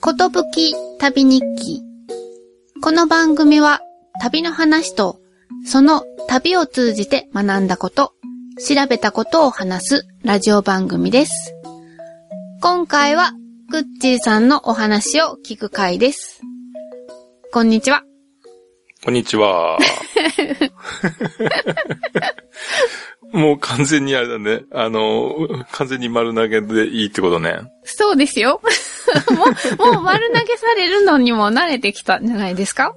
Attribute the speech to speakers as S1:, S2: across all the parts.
S1: ことぶき旅日記。この番組は旅の話と、その旅を通じて学んだこと、調べたことを話すラジオ番組です。今回は、くっちーさんのお話を聞く回です。こんにちは。
S2: こんにちは。もう完全にあれだね。あの、完全に丸投げでいいってことね。
S1: そうですよ。もう、もう丸投げされるのにも慣れてきたんじゃないですか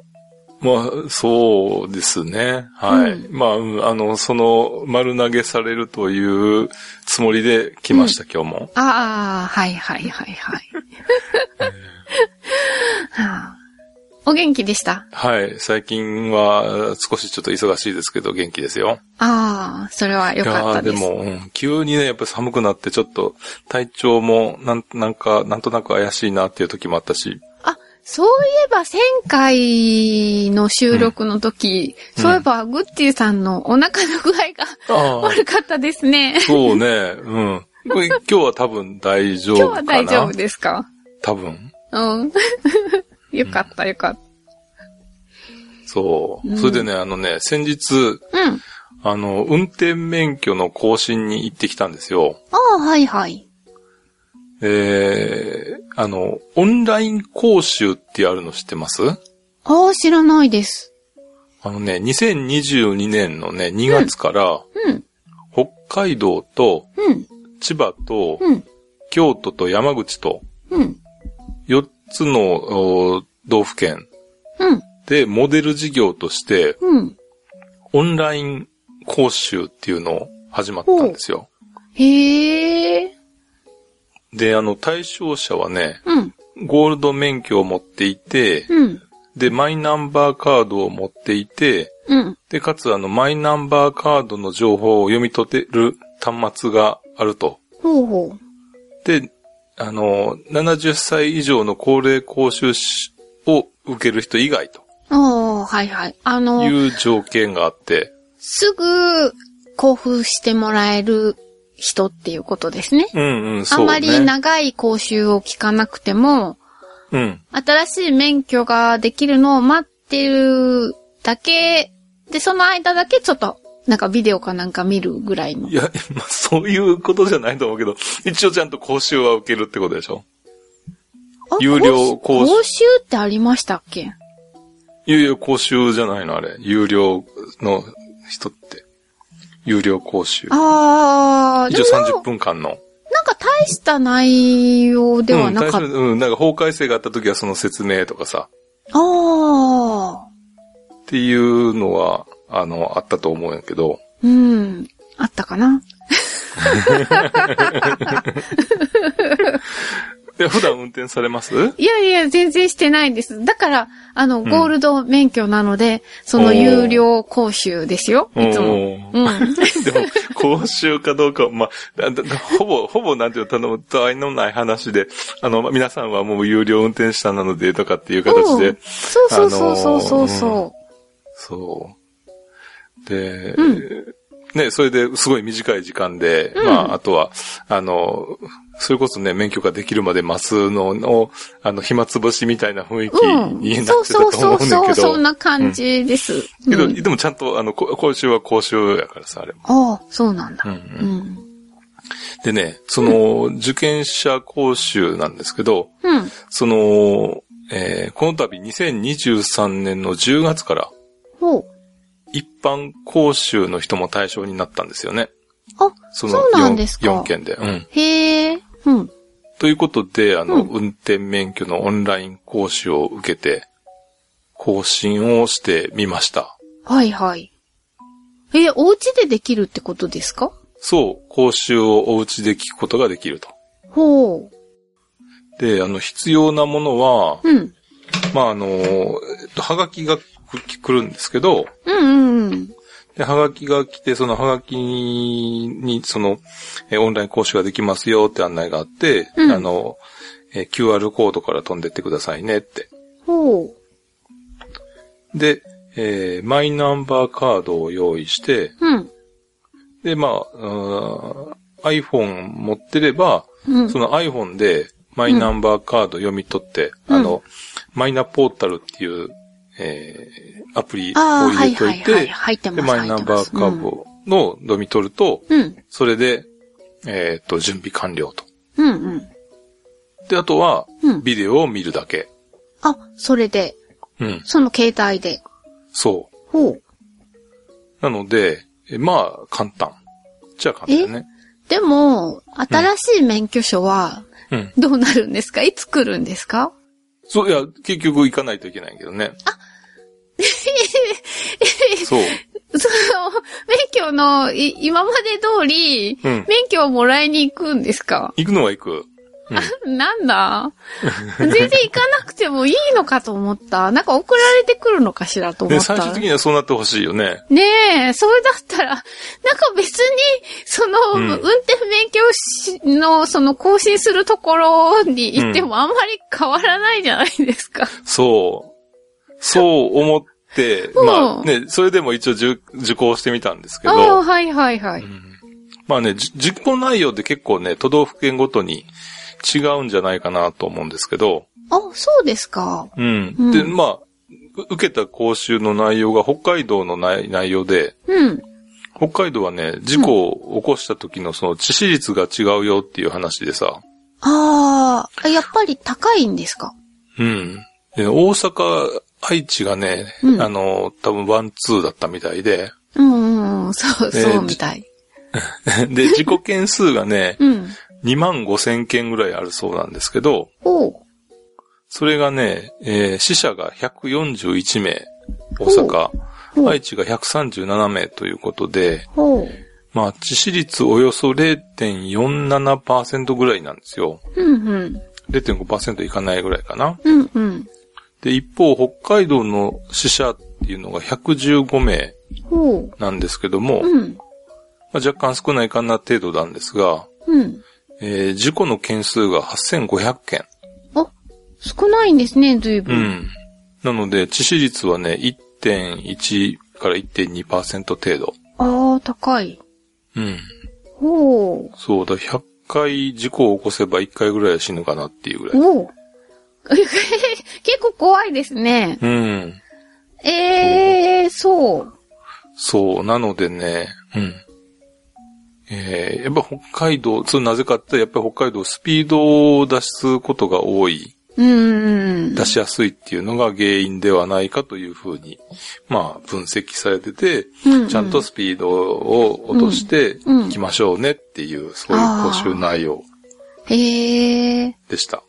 S2: まあ、そうですね。はい。
S1: う
S2: まあうん、あの、その、丸投げされるというつもりで来ました、今日も。
S1: ああ、はいはいはいはい。 はあお元気でした
S2: はい。最近は、少しちょっと忙しいですけど、元気ですよ。
S1: ああ、それは良かったです。
S2: いやーでも、うん急にね、やっぱ寒くなって、ちょっと、体調も、なん、なんか、なんとなく怪しいなっていう時もあったし。
S1: あ、そういえば前回の収録の時、
S2: うん
S1: そういえばグッチーさんのお腹の具合が
S2: あ
S1: 悪かったですね。
S2: そうね、うん。これ今日は多分大丈夫
S1: 今日
S2: かな
S1: は大丈夫ですか
S2: 多分。
S1: うん。 よかったよかっ
S2: そう、
S1: うん
S2: それでね、あのね、先日、
S1: た。うん。
S2: あの、運転免許の更新に行ってきたんですよ。
S1: ああ、はいはい。
S2: えー、あの、オンライン講習ってあるの知ってます
S1: ああ、知らないです。
S2: あのね、2022年のね、2月から、
S1: うん。
S2: 北海道と
S1: うん。
S2: 千葉と
S1: うん。
S2: 京都と山口と
S1: うん。
S2: 4つのお道府県
S1: うん。
S2: でモデル事業として
S1: うん。
S2: オンライン講習っていうのを始まったんですよ。
S1: へえ。
S2: で、あの、対象者はね、
S1: うん。
S2: ゴールド免許を持っていて、
S1: うん。
S2: で、マイナンバーカードを持っていて、
S1: うん。
S2: で、かつあの、マイナンバーカードの情報を読み取れる端末があると。
S1: ほうほ
S2: で、あの、70歳以上の高齢講習しを受ける人以外と
S1: う。ああ、はいはい。あの、
S2: いう条件があって、
S1: すぐ交付してもらえる人っていうことですね。
S2: うんうん、
S1: あ
S2: そうね。
S1: まり長い講習を聞かなくても、
S2: うん、
S1: 新しい免許ができるのを待ってるだけ、で、その間だけちょっと、なんかビデオかなんか見るぐらいの
S2: い。や、まあ、そういうことじゃないと思うけど、一応ちゃんと講習は受けるってことでしょ
S1: あ
S2: 有料講習
S1: 講習ってありましたっけ
S2: 有料講習じゃないのあれ。有料の人って。有料講習。
S1: あー、
S2: 一
S1: で
S2: 応
S1: もなん
S2: 30
S1: か
S2: 分間の。
S1: なんか大した内容ではなかった。
S2: うん、大丈夫うん、なんか法改正があった時はその説明とかさ、
S1: あ
S2: っていうのは、あの、あったと思うんやけど、
S1: ー、うん、あったかな。
S2: いや普段運転されます
S1: いやいや、全然してないです。だから、あの、
S2: ん
S1: ゴールド免許なので、そ
S2: お
S1: の
S2: ー
S1: 有料講習ですよ、いつも。
S2: も。
S1: うん。
S2: でも、講習かどうかは、まあ、だだほぼ、ほぼなんていうの、頼む、たわいのない話で、あの、まあ皆さんはもう有料運転手さんなので、とかっていう形
S1: う
S2: で
S1: ん、そうそうそうそうそうそ
S2: そう。で、
S1: う
S2: ね、それですごい短い時間で、
S1: うん
S2: まあ、あとは、あの、それこそね、免許ができるまで待つのの、あの、暇つぶしみたいな雰囲気
S1: う。うん。
S2: になってた
S1: そう
S2: と
S1: そ
S2: 思
S1: う
S2: う
S1: そ
S2: ねん
S1: うそ
S2: だ
S1: う、
S2: け
S1: そ
S2: ど
S1: ん。な感じです。
S2: けど、
S1: うん
S2: でもちゃんと、あの、こ講習は講習やからさ、あれも。
S1: ああ、そうなんだ
S2: う。んう
S1: うんん。
S2: でね、その、受験者講習なんですけど、
S1: うん。
S2: その、えーこの度2023年の10月から、
S1: ほう。
S2: 一般講習の人も対象になったんですよね。
S1: あ、
S2: そ
S1: そ
S2: の
S1: うなんですか
S2: 4, 件で。うん。
S1: へえ。うん。
S2: ということで、あの、
S1: うん
S2: 運転免許のオンライン講習を受けて、更新をしてみました。
S1: はいはい。え、お家でできるってことですか
S2: そう、講習をお家で聞くことができると。
S1: ほう。
S2: で、あの、必要なものは、
S1: うん。
S2: まあ、あの、えっと、はがきがく来るんですけど、
S1: うんうんうん。
S2: で、はがきが来て、そのはがきに、その、えーオンライン講習ができますよって案内があって、
S1: うん
S2: あの、えー QR コードから飛んでってくださいねって。
S1: ほう。
S2: で、えーマイナンバーカードを用意して、
S1: うん。
S2: で、まあ、うーん iPhone 持ってれば、
S1: うん。
S2: その iPhone で、マイナンバーカード読み取って、
S1: うん
S2: あの、マイナポータルっていう、えー、アプリを
S1: ああ、は
S2: 入
S1: い
S2: れと
S1: はいいはい。
S2: て、
S1: 入って
S2: で、
S1: ます。
S2: マイナンバーカー
S1: ド。
S2: ドの読み取ると、
S1: うん。
S2: それで、えっ、と、準備完了と。
S1: うんうん。
S2: で、あとは
S1: うん、
S2: ビデオを見るだけ。
S1: あ、それで、
S2: うん、
S1: その携帯で。
S2: そう。
S1: ほう。
S2: なので、えまあ、簡単。じゃあ簡単ね。
S1: でも、新しい免許証は、
S2: うん。
S1: どうなるんですかいつ来るんですか
S2: そう、いや、結局行かないといけないけどね。あそう。
S1: その、免許の、い今まで通り、
S2: うん
S1: 免許をもらいに行くんですか
S2: 行くのは行く。う ん
S1: なんだ全然行かなくてもいいのかと思った。なんか送られてくるのかしらと思
S2: ね、
S1: った
S2: 最。終的にはそうなってほしいよね。
S1: ねえ、それだったら、なんか別に、その、
S2: うん
S1: 運転免許しの、その、更新するところに行ってもあんまり変わらないじゃないですか。
S2: そう。そう思って、
S1: うん
S2: まあね、それでも一応受受講してみたんですけ
S1: ああ、
S2: ど、
S1: はいはいはい。
S2: まあね、じ実行内容って結構ね、都道府県ごとに違うんじゃないかなと思うんですけど、
S1: あ、そうですか。
S2: うん。
S1: うん
S2: で、まあ、う受けた講習の内容が北海道の内内容で、
S1: うん。
S2: 北海道はね、事故を起こした時のその致死率が違うよっていう話でさ、
S1: ああ、やっぱり高いんですか。
S2: うん。で大阪、愛知がね、
S1: うん
S2: あの、多分ワンツーだったみたいで、
S1: うんうんうん、そう、
S2: ね
S1: そうみたい。
S2: で、事故件数がね、
S1: うん。
S2: 2万5千件ぐらいあるそうなんですけど、
S1: おう。
S2: それがね、えー死者が141名、
S1: お
S2: 大
S1: う
S2: 阪、愛知が137名ということで、
S1: ほう。
S2: まあ、致死率およそ0.47%ぐらいなんですよ。
S1: うんうん。
S2: 0.5%いかないぐらいかな。
S1: うんうん。
S2: で、一方、北海道の死者っていうのが115名
S1: ほう。
S2: なんですけども、
S1: うん。
S2: まあ、若干少ないかな程度なんですが、
S1: うん。
S2: えー事故の件数が8500件。
S1: あ、少ないんですね、ずいうぶん。
S2: ん。なので、致死率はね、1.1から1.2%程度。
S1: ああ、高い。
S2: うん。
S1: ほう。
S2: そうだ、100回事故を起こせば1回ぐらいは死ぬかなっていうぐらい。
S1: おう。 結構怖いですね。
S2: うん。
S1: ええー、そう。
S2: そう、なのでね、うん。えー、やっぱ北海道、そうなぜかって、やっぱり北海道スピードを出すことが多い、
S1: うーん。
S2: 出しやすいっていうのが原因ではないかというふうに、まあ、分析されてて、
S1: うんうん
S2: ちゃんとスピードを落として
S1: うん
S2: いきましょうねっていう、そういう講習内容
S1: ええー、
S2: でした。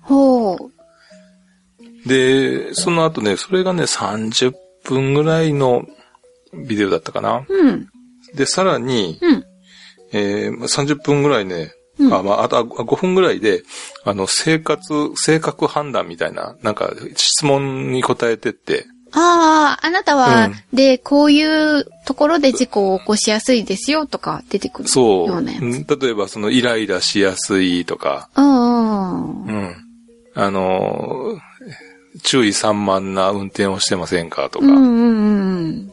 S1: ほう。
S2: で、その後ね、それがね、30分ぐらいのビデオだったかな。
S1: うん。
S2: で、さらに、
S1: うん。
S2: えーまあ30分ぐらいね、
S1: うん
S2: あ、まあ、あとあ5分ぐらいで、あの、生活、性格判断みたいな、なんか、質問に答えてって、
S1: ああ、あなたは、
S2: うん
S1: で、こういうところで事故を起こしやすいですよとか出てくる
S2: そう、
S1: よ
S2: う
S1: うなやつ。
S2: ん例えば、その、イライラしやすいとか、
S1: うんうん。
S2: うん。あのー注意散漫な運転をしてませんかと
S1: う
S2: か、
S1: ん
S2: っ
S1: うん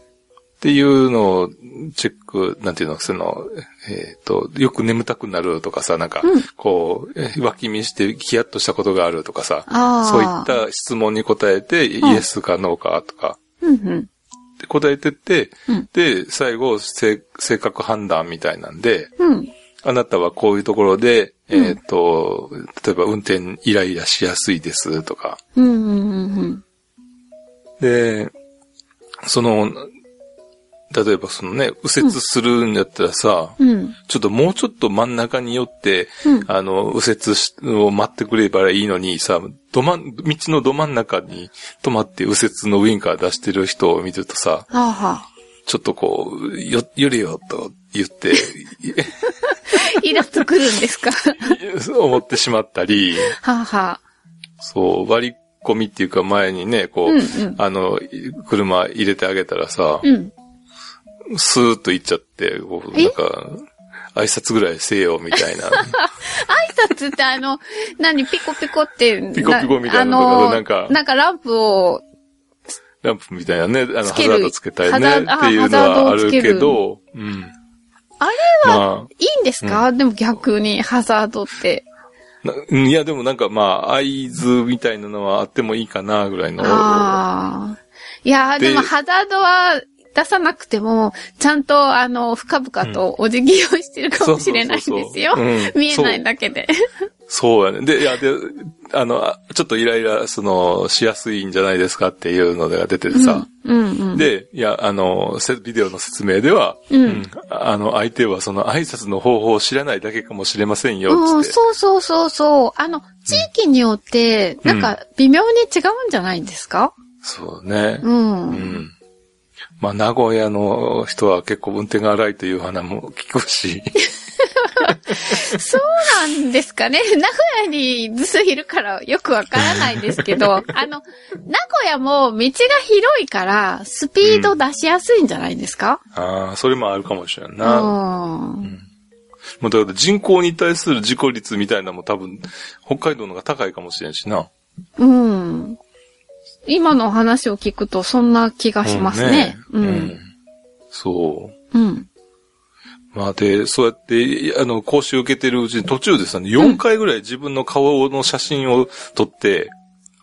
S2: ていうのをチェック、なんていうの、その、えっ、と、よく眠たくなるとかさ、なんか、
S1: うん
S2: こう、えー脇見してヒヤッとしたことがあるとかさ、
S1: ああ。
S2: そういっ。た質問に答えて、イ
S1: ん
S2: エスかノーかとか、
S1: うんうん。
S2: で答えてって、
S1: うん
S2: で、最後、性性格判断みたいなんで、
S1: うん。
S2: あなたはこういうところで、
S1: うん
S2: えっ、と、例えば運転イライラしやすいですとか、
S1: うんうんうんうん。
S2: で、その、例えばそのね、右折するんだったらさ、
S1: うん。
S2: ちょっともうちょっと真ん中に寄って、
S1: うん
S2: あの、右折しを待ってくればいいのにさ、どま、道のど真ん中に止まって右折のウインカー出してる人を見るとさ、
S1: はあ、は
S2: ちょっとこう、よ、寄れよと言って、
S1: あ、イラっとくるんですか
S2: 思ってしまったり、
S1: はあ、はあ。
S2: そう、割り込みっていうか前にね、こう、
S1: うんうん
S2: あの、車入れてあげたらさ、
S1: うん。
S2: スーッと行っちゃって、こう
S1: え
S2: なんか、挨拶ぐらいせよ、みたいな。
S1: 挨拶ってあの、何、ピコピコって。
S2: ピコピコみたいなの
S1: あ
S2: とか
S1: の
S2: なんか
S1: なんかランプを、
S2: ランプみたいなね、あの、ハ
S1: つ
S2: ザ
S1: ける
S2: ードつけたり
S1: ハ
S2: ね、
S1: ザードあ
S2: っていうのはあるけど、うん。
S1: あれ
S2: まあ、
S1: いいんですか、でも逆にハザードって。
S2: なうんいや、でもなんかまあ、合図みたいなのはあってもいいかな、ぐらいの。
S1: ああ。いやー
S2: で
S1: でもハザードは出さなくても、ちゃんとあの、深々とお辞儀をしてるかもしれないん
S2: そうそ
S1: です
S2: うそう
S1: よ
S2: そううん。
S1: 見えないだけで。
S2: そうやね。で、いや、で、あの、あちょっとイライラ、その、しやすいんじゃないですかっていうのが出ててさ。
S1: うんうん。
S2: で、いや、あの、せビデオの説明では、
S1: うん
S2: あの、相手はその挨拶の方法を知らないだけかもしれませんよ、
S1: う
S2: つ
S1: ん、
S2: って。
S1: そうそうそうそう。あの、地域によって、
S2: う
S1: なんんか微妙に違うんじゃないんですか
S2: そうね。
S1: うん。
S2: うん。まあ、名古屋の人は結構運転が荒いという話も聞 くし。
S1: そうなんですかね。 名古屋にずっといるからよくわからないですけ ど、あの、名古屋も道が広いから、スピード出しやすいんじゃないですか、
S2: ああ、それもあるかもしれん
S1: う
S2: な。
S1: ん、
S2: もうだから人口に対する事故率みたいなのも多分、北海道の方が高いかもしれんしな。
S1: うん。今のお話を聞くとそんな気がしますね。
S2: うん
S1: うん。
S2: そう。
S1: うん。
S2: まあで、そうやって、あの、講習受けてるうちに途中でさ、4回ぐらい自分の顔の写真を撮って、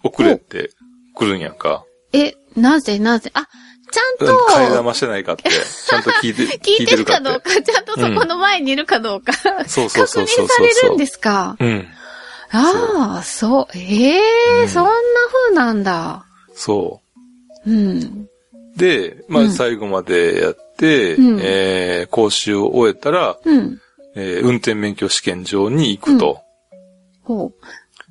S2: 送れって来るんやんか。
S1: え、なぜなぜあ、ちゃんと、
S2: 替え玉してないかって、ちゃんと聞いて、
S1: 聞いてるか
S2: 聞
S1: ど
S2: いう
S1: か、ちゃんとそこの前にいるかどうか、確
S2: そうそうそう
S1: 認
S2: そうそう
S1: されるんですか。
S2: うん。
S1: ああ、そう。ええ
S2: うん
S1: そんな風なんだ。
S2: そ
S1: うん。
S2: う。で、ま
S1: う
S2: あ
S1: ん
S2: 最後までやって、
S1: うん
S2: えー、講習を終えたら、
S1: うん。
S2: えー運転免許試験場に行くと。
S1: ほ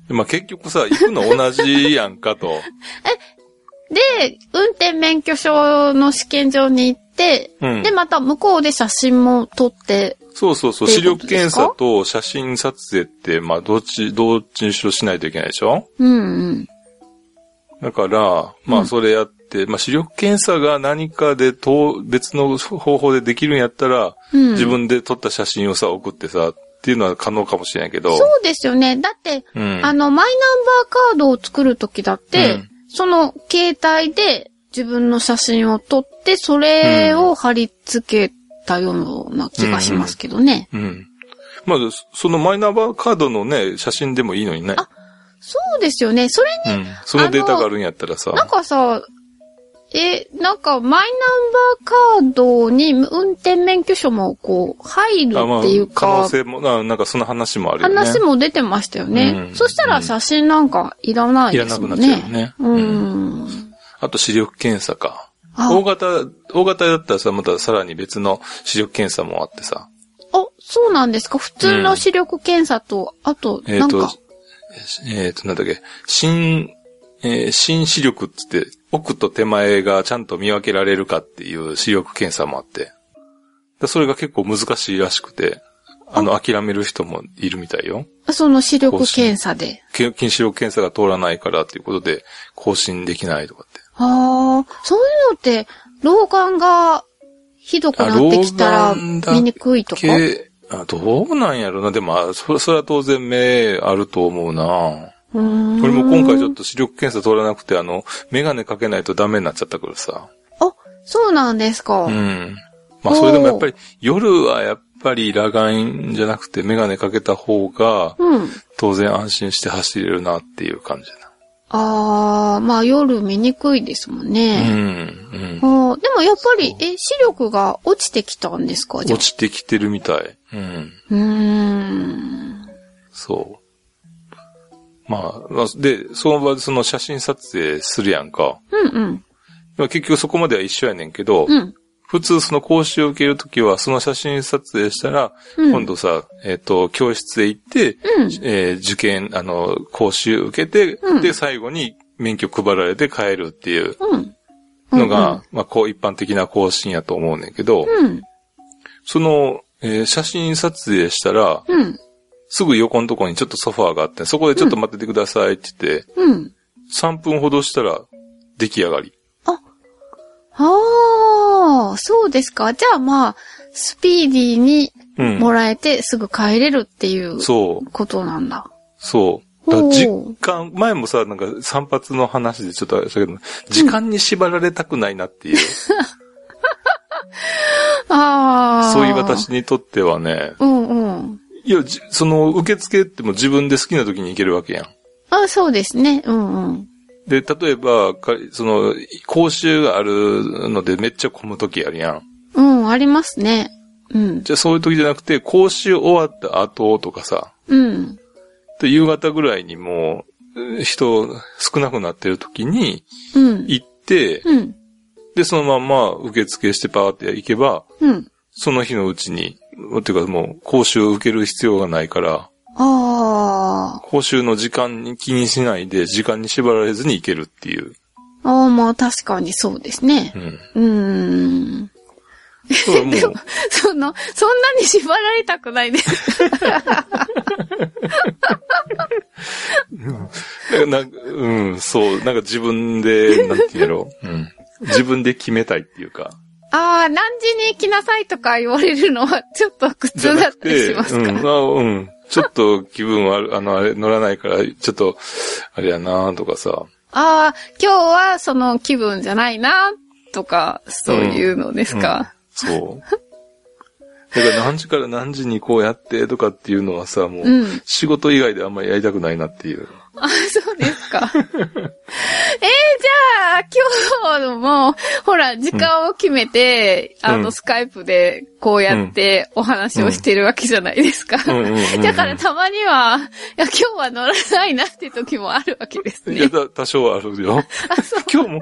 S2: でまあ結局さ、行くの同じやんか と。
S1: う。で、運転免許証の試験場に行って、
S2: うん
S1: で、また向こうで写真も撮って、
S2: そうそうそう、
S1: ってい
S2: 視
S1: うこと
S2: 力
S1: で
S2: 検
S1: すか
S2: 査と写真撮影って、まあどっち、どっちにしろしないといけないでしょ
S1: うん
S2: だから、ま
S1: う
S2: あ
S1: ん
S2: それやって、まあ視力検査が何かでと、別の方法でできるんやったら、
S1: うん。うん。
S2: 自分で撮った写真をさ、送ってさ、っていうのは可能かもしれないけど。
S1: そうですよね。だって、
S2: うん。
S1: あの、マイナンバーカードを作るときだって、
S2: うん
S1: その携帯で自分の写真を撮って、それを貼り付けたような気がしますけどね。
S2: うん。まあ、そそのマイナンバーカードのね、写真でもいいのにね。
S1: そうですよね。それ
S2: うん。そのデータがあるんやったらさ。
S1: なんかさ、え、なんか、マイナンバーカードに運転免許証もこう、入る
S2: あまあ
S1: っていう
S2: 可
S1: か、
S2: 能性も、ななんかその話もあるよね。
S1: 話も出てましたよね。
S2: うん
S1: そしたら写真なんかいらないですもんね。
S2: いらなくなっちゃうよね
S1: う
S2: うん
S1: ん。
S2: あと視力検査か。
S1: あ
S2: 大型、大型だったらさ、またさらに別の視力検査もあってさ。
S1: あ、そうなんですか普通の視力検査と、あと、
S2: えっ、
S1: なん
S2: と
S1: か、、
S2: えっ、と、なんだっけ、新、えー新視力っつって、奥と手前がちゃんと見分けられるかっていう視力検査もあって。だそれが結構難しいらしくて、あの、諦める人もいるみたいよ。
S1: その視力検査で。
S2: け近視力検査が通らないからっていうことで、更新できないとかって。
S1: ああ、そういうのって、老眼がひどくなってきた
S2: あ
S1: ら
S2: 老眼だけ
S1: 見にくいとか。
S2: けあどうなんやろな。でも、あそれそれは当然目あると思うな。
S1: うーん
S2: 俺も今回ちょっと視力検査取らなくて、あの、メガネかけないとダメになっちゃったからさ。
S1: あ、そうなんですか。
S2: うん。まあそれでもやっぱり、夜はやっぱり裸眼じゃなくてメガネかけた方が、
S1: うん。
S2: 当然安心して走れるなっていう感じだ
S1: ああ、まあ夜見にくいですもん
S2: な。う
S1: ね。
S2: ん。うん。
S1: あーでもやっぱり、え、視力が落ちてきたんですかじゃ
S2: 落
S1: あ。
S2: ちてきてるみたい。うん。
S1: うーん。
S2: そう。まあまあ、で、その場でその写真撮影するやんか。
S1: うんうん。
S2: まあ結局そこまでは一緒やねんけど、
S1: うん。
S2: 普通その講習を受けるときは、その写真撮影したら、
S1: うん
S2: 今度さ、えっ、と、教室へ行って、
S1: うん
S2: えー受験、あの、講習受けて、
S1: うん
S2: で、最後に免許配られて帰るっていう
S1: うん。
S2: のが、まあ、こう一般的な更新やと思うねんけ
S1: う
S2: ど、
S1: ん。うん。
S2: その、えー写真撮影したら、
S1: うん。
S2: すぐ横のとこにちょっとソファーがあって、そこでちょっと待っててくださいって言って、
S1: うん。
S2: 3分ほどしたら出来上がり。
S1: ああ、そうですか。じゃあまあ、スピーディーに
S2: うん。
S1: もらえてすぐ帰れるっていう
S2: そう。
S1: ことなんだ。
S2: そう。だから
S1: おー
S2: 実感、前もさ、なんか散髪の話でちょっとあれだけど、時間に縛られたくないなっていう、
S1: ああ。
S2: そういう私。にとってはね、
S1: うんうん。
S2: いや、じその、受付っても自分で好きな時に行けるわけやん。
S1: あ、そうですね。うんうん。
S2: で、例えば、かその、講習があるのでめっちゃ混む時あるやん。
S1: うん、ありますね。うん。
S2: じゃあそういう時じゃなくて、講習終わった後とかさ、
S1: うん。
S2: で夕方ぐらいにもう、えー人少なくなってる時に
S1: うん。
S2: 行って、
S1: うん。
S2: で、そのまんま受付してパーって行けば、
S1: うん。
S2: その日のうちに、っていうかもう、講習を受ける必要がないから、
S1: ああ。
S2: 講習の時間に気にしないで、時間に縛られずに行けるっていう。
S1: ああ、まあ確かにそうですね
S2: う。ん。
S1: うーん。
S2: それはもう、
S1: その、そんなに縛られたくないです。
S2: なんか、うん、そう、なんか自分で、なんて言うんやろう、うん。自分で決めたいっていうか。
S1: ああ、何時に来なさいとか言われるのはちょっと苦
S2: じゃ
S1: 痛だ
S2: な
S1: っ
S2: く
S1: たり
S2: て、
S1: しますか。
S2: うん、あうん。ちょっと気分悪、あの、あれ、乗らないから、ちょっと、あれやなとかさ。
S1: ああ、今日はその気分じゃないな、とか、そういうのですか。
S2: そう。だから何時から何時にこうやってとかっていうのはさ、もう
S1: うん、
S2: 仕事以外であんまりやりたくないなっていう。
S1: あ、そうですか。 えー、じゃあ、今日も、ほら、時間を決めて、
S2: うん
S1: あの、スカイプで、こうやってお話をしてるわけじゃないですか。
S2: うんうんうんう ん
S1: だから、たまには、いや、今日は乗らないなって時もあるわけです
S2: いや、
S1: ね。
S2: だ多少はあるよ。
S1: あ、そう。
S2: 今日も、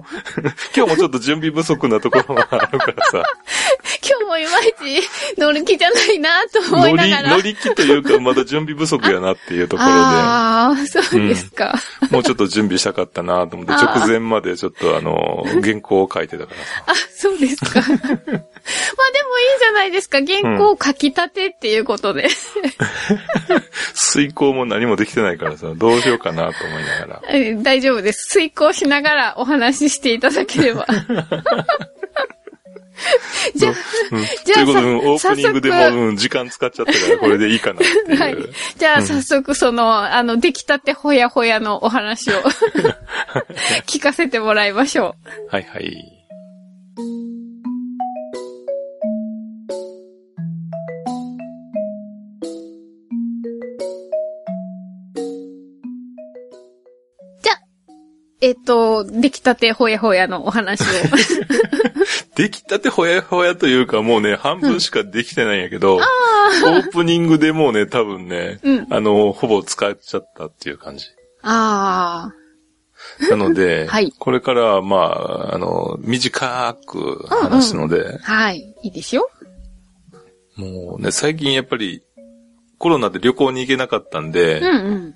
S2: 今日もちょっと準備不足なところがあるからさ。
S1: 今日もいまいち乗り気じゃないなと 思い
S2: 乗
S1: な
S2: り、
S1: がら。
S2: 乗り気というか、まだ準備不足やなっていうところ
S1: ああ、そうですか。
S2: で、もうちょっと準備したかったなと思って、
S1: あー
S2: 直前までちょっと あの、原稿を書いてたからさ。
S1: あ、そうです か。まあでもいいじゃないですか。原稿を書き立てっていうことで。
S2: 遂行も何もできてないからさ、どうしようかなと思いながら。
S1: えー 大丈夫です。遂行しながらお話ししていただけれ ば。じゃあ、
S2: と
S1: じ
S2: い
S1: ゃ
S2: うことで、うんオ
S1: あ
S2: ー
S1: さ、
S2: プニングでも
S1: 早
S2: う、うん時間使っちゃったから、これでいいかなっていう。
S1: 速、はい。じゃあ、早速その、あの、出来たてほやほやのお話 を聞かせてもらいましょう。
S2: はいはい。
S1: えっと、出来たてほやほやのお話 を。
S2: できたてほやほやというか、もうね、半分しかできてないんやけど、オープニングでもうね、多分ね、
S1: うん
S2: あの、ほぼ使っちゃったっていう感じ。
S1: あ
S2: なので、
S1: はい
S2: これから、まあ、あの、短く話すので、
S1: あ、はい。いいですよ。
S2: もうね、最近やっぱり、コロナで旅行に行けなかったんで、
S1: うんうん。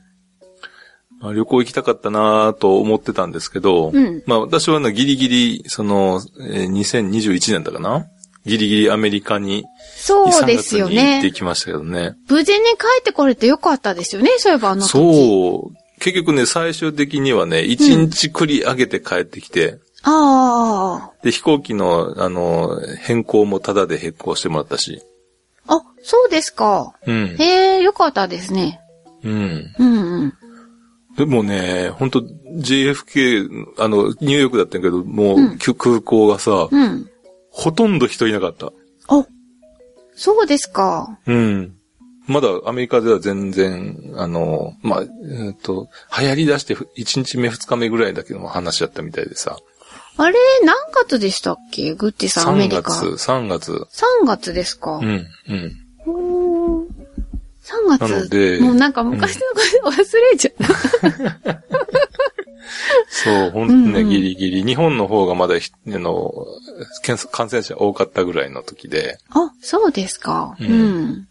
S2: まあ、旅行行きたかったなと思ってたんですけど、
S1: うん
S2: まあ私はね、ギリギリ、その、えー2021年だかなギリギリアメリカに、
S1: そうですよ
S2: 2 3月に行って
S1: ね。
S2: きましたけどね。
S1: 無事に帰ってこれてよかったですよね。そういえばあの時。
S2: そう。結局ね、最終的にはね、1日繰り上げて帰ってきて、
S1: あ
S2: で、飛行機の、あの、変更もタダで変更してもらったし。
S1: あ。あ、そうですか。
S2: うん。
S1: へえ、よかったですね。
S2: うん。
S1: うんうん。
S2: でもね、本当 JFK、あの、ニューヨークだったんやけど、もう、きゅ空港がさ、
S1: うん。
S2: ほとんど人いなかった。
S1: あ、そうですか。
S2: うん。まだアメリカでは全然、あの、まあ、えっ、と、流行り出して1日目2日目ぐらいだけの話だったみたいでさ。
S1: あれ、何月でしたっけグッチさん、アメリ
S2: 3月
S1: カ。、3
S2: 3月。
S1: 月ですか
S2: う。ん、うん。
S1: ほー3月。
S2: なので
S1: もうなんか昔のこと忘れちゃう。
S2: そう、ほんとね、
S1: うんうん
S2: ギリギリ。日本の方がまだひ、あの、検査感染者多かったぐらいの時で。
S1: あ、そうですか。
S2: う
S1: うんん。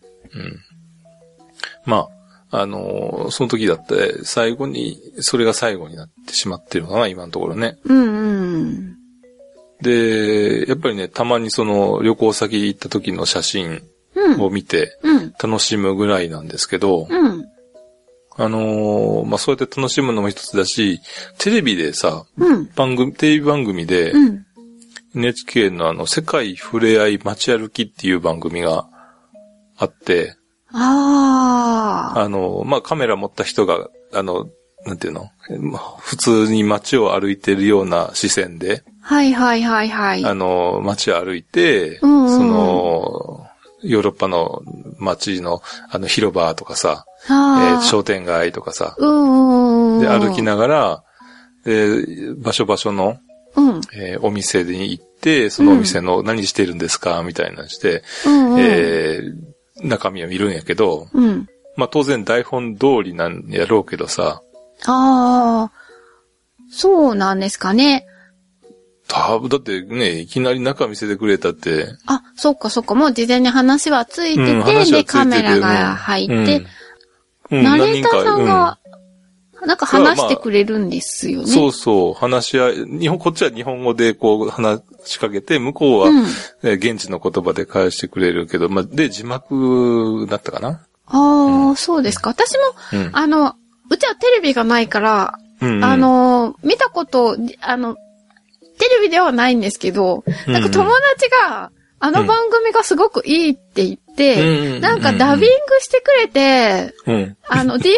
S2: まあ、あのその時だって、最後に、それが最後になってしまってるのかな、今のところね。
S1: うんうん。
S2: で、やっぱりね、たまにその旅行先行った時の写真
S1: うん。
S2: を見て、
S1: うん。
S2: 楽しむぐらいなんですけど、
S1: うん。
S2: あのーまあ、そうやって楽しむのも一つだし、テレビでさ、
S1: うん。
S2: 番組、テレビ番組で
S1: う、ん。
S2: NHK のあの、世界ふれあい街歩きっていう番組があって、
S1: ああ。
S2: あのーまあ、カメラ持った人が、あの、なんていうの、まあ普通に街を歩いてるような視線で、
S1: はいはいはいはい。
S2: あのー街を歩いて、
S1: うんうん
S2: その、ヨーロッパの街の、あの、広場とかさ、え
S1: あ
S2: ー
S1: あ。
S2: 商店街とかさ、
S1: うんうんうんうん。
S2: で、歩きながら、で、場所場所の、
S1: うん。
S2: えーお店に行って、そのお店の何してるんですか、みたいなのして、
S1: うんうん。
S2: えー中身は見るんやけど、
S1: うん。
S2: まあ当然台本通りなんやろうけどさ、
S1: ああ。そうなんですかね。
S2: たぶだってね、いきなり中見せてくれたって、
S1: あ、そっかそっか。もう事前に話はついてて、
S2: うん話は
S1: で、
S2: ついてて
S1: カメラが入って、、
S2: うんうん
S1: ナレーターさん
S2: 何人か
S1: が、なんか話してくれるんですよ
S2: う
S1: ね。
S2: んそうそう、話し合い、日本、こっちは日本語でこう話しかけて、向こうは、
S1: うん
S2: えー現地の言葉で返してくれるけど、まあ、で、字幕だったかな
S1: ああ、そうですか。私も、
S2: うん。
S1: あの、うちはテレビがないから、
S2: うんうん
S1: あ、の、見たこと、あの、テレビではないんですけど、なんか友達が、あの番組がすごくいいって言っ
S2: うん
S1: て、
S2: うん
S1: なんかダビングしてくれて、
S2: うんうん。
S1: あの、
S2: ビ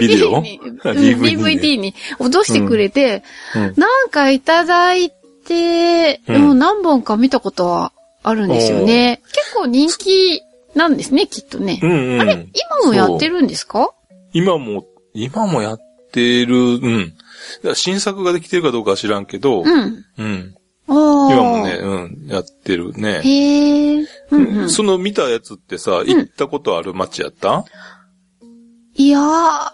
S2: デ
S1: DVD
S2: オ
S1: に、 うん
S2: DVD ね
S1: DVD に落としてくれて、
S2: うん
S1: なんかいただいて、
S2: うん
S1: もう何本か見たことはあるんですよね。結構人気なんですね、きっとね
S2: う。んうん。
S1: あれ、今もやってるんですか
S2: 今も、今もやってる、うん。だから新作ができてるかどうかは知らんけど、
S1: うん。
S2: うん。
S1: ああ。
S2: 今もね、うん、やってるね。
S1: へえ。うんうん。
S2: その見たやつってさ、行ったことある街やった、
S1: いやー、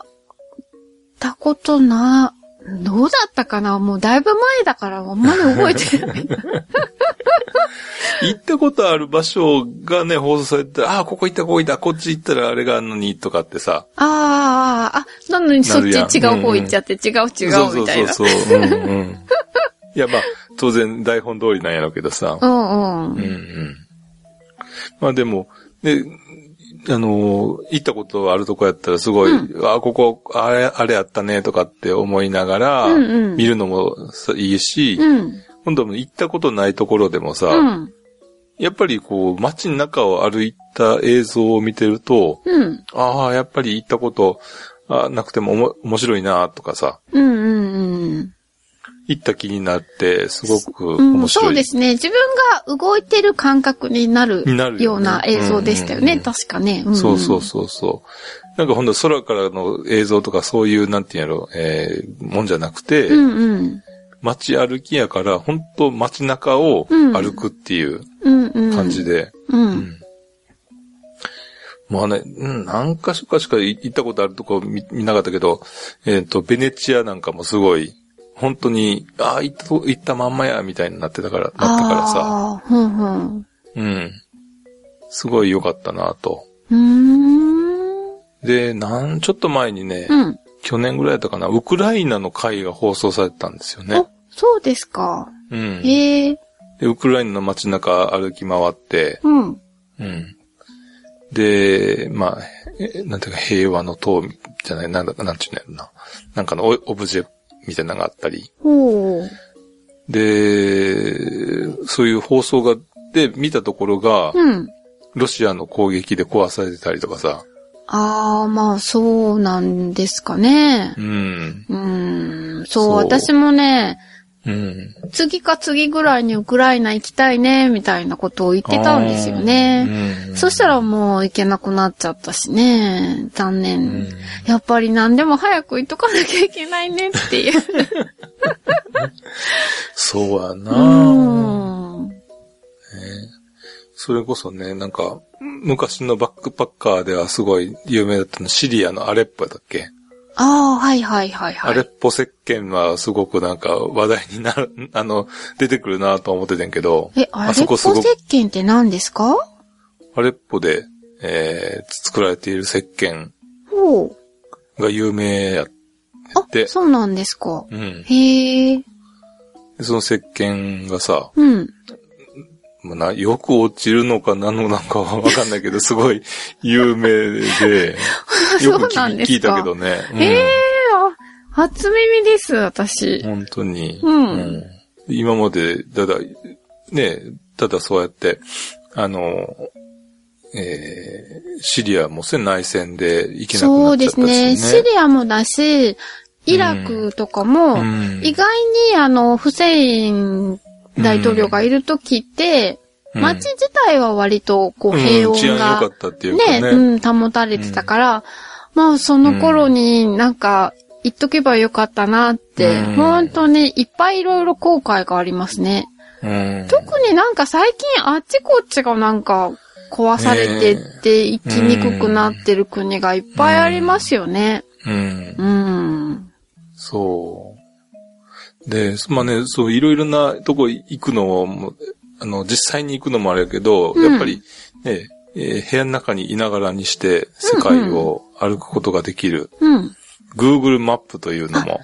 S1: たことな、どうだったかなもうだいぶ前だからあんまり覚えて ない。
S2: 行ったことある場所がね、放送されてたら、ああ、ここ行った、ここ行った、こっち行ったらあれがあんのに、とかってさ。
S1: あー、あ、なのにそっ
S2: なるやん
S1: ち違う方行っちゃって違う違うみたいな。
S2: そうそうそうそう。うんうん。いや、まあ、当然台本通りなんやろうけどさ。
S1: うんう
S2: う
S1: ん。
S2: んうん。まあでも、で、あのー行ったことあるとこやったらすごい、
S1: う
S2: あ、ここ、あれ、あれやったね、とかって思いながら、
S1: うんうん
S2: 見るのもさいいし、
S1: うん。
S2: 今度も行ったことないところでもさ、
S1: うん。
S2: やっぱりこう、街の中を歩いた映像を見てると、
S1: うん。
S2: ああ、やっぱり行ったことあなくてもおも面白いな、とかさ、
S1: うんうんうん。
S2: 行った気になって、すごく
S1: う
S2: 面
S1: ん、
S2: 白い。
S1: そうですね。自分が動いてる感覚になる
S2: になるよね
S1: ような映像でしたよね。
S2: うんうんうん
S1: 確かね。うんん
S2: そうそうそうそう。なんかほんと空からの映像とかそういう、なんていうんやろ、えー、もんじゃなくて、
S1: うんうん。
S2: 街歩きやから、本当街中を歩くっていう
S1: うんうん。
S2: 感じで、
S1: うん。
S2: うんまあね、うん、何箇所かしか行ったことあるとこ見見なかったけど、えっ、と、ベネチアなんかもすごい、本当に、ああ、行ったと、行ったまんまや、みたいになってたから、なったからさ、
S1: ああー、うんうん。
S2: うん。すごい良かったなと。
S1: うーん。
S2: で、なん、ちょっと前にね、
S1: うん。
S2: 去年ぐらいだったかな、ウクライナの会が放送されてたんですよね
S1: お。、そうですか。
S2: うん。で、
S1: へえ。
S2: ウクライナの街中歩き回って、
S1: うん。
S2: うん。で、まあ、えなんていうか平和の塔みじゃない、なんだ、なんていうんだろうな。なんかのオオブジェみたいなのがあったり。
S1: ほう。
S2: で、そういう放送が、で、見たところが、
S1: うん。
S2: ロシアの攻撃で壊されてたりとかさ。
S1: ああ、まあ、そうなんですかね。
S2: うん。
S1: うーん。
S2: そ
S1: そうう、私もね、
S2: うん。
S1: 次か次ぐらいにウクライナ行きたいね、みたいなことを言ってたんですよね。
S2: あー。
S1: そしたらもう行けなくなっちゃったしね。残
S2: うん、う
S1: 念
S2: ん。
S1: やっぱり何でも早く行っとかなきゃいけないねって いう。
S2: そうや
S1: う
S2: な
S1: ーん。
S2: それこそね、なんか、昔のバックパッカーではすごい有名だったの、シリアのアレッポだっけ、
S1: ああ、はいはいはいはい。
S2: アレッポ石鹸はすごくなんか話題になる、 あの、出てくるなと思っててんけど、
S1: え、あれ
S2: あ
S1: っ
S2: そ
S1: ぽ
S2: こす
S1: 石
S2: ごく
S1: 鹸って何ですか
S2: アレッポで、えー、作られている石鹸
S1: ほう。
S2: が有名やっ
S1: あ
S2: で、
S1: そうなんですか。
S2: うん。
S1: へえ。
S2: でその石鹸がさ、
S1: うん。
S2: まあな、よく落ちるのか何のなんかはわかんないけど、すごい有名で、よく
S1: そうなん
S2: 聞
S1: ですか
S2: き聞いたけどね。うん
S1: へえ、あ、初耳です、私。
S2: 本当に。
S1: うん
S2: 今まで、ただ、ね、ただそうやって、あの、えーシリアもせ内戦で行けなく
S1: そ
S2: な
S1: う
S2: っち
S1: で
S2: ゃったし
S1: す
S2: ね。
S1: ね。シリアもだし、イラクとかも、
S2: うん
S1: 意外にあの、フセイン大統領がいるときって、
S2: うん
S1: 街自体は割と、こう、平
S2: うん、治
S1: 穏
S2: 安
S1: が、
S2: 良かったっていうかね。
S1: うん、保たれてたから、まあ、その頃になんか、言っとけばよかったなって、
S2: うん
S1: 本当にいっぱいいろいろ後悔がありますね。
S2: うん。
S1: 特になんか最近あっちこっちがなんか壊されてって生きにくくなってる国がいっぱいありますよね。
S2: うん。
S1: うん。
S2: そう。で、まあね、そう、いろいろなとこ行くのはもう、あの、実際に行くのもあれやけど、
S1: うん
S2: やっぱり、ね、えー部屋の中にいながらにして世界を歩くことができる、
S1: うん。
S2: Google マップというの も、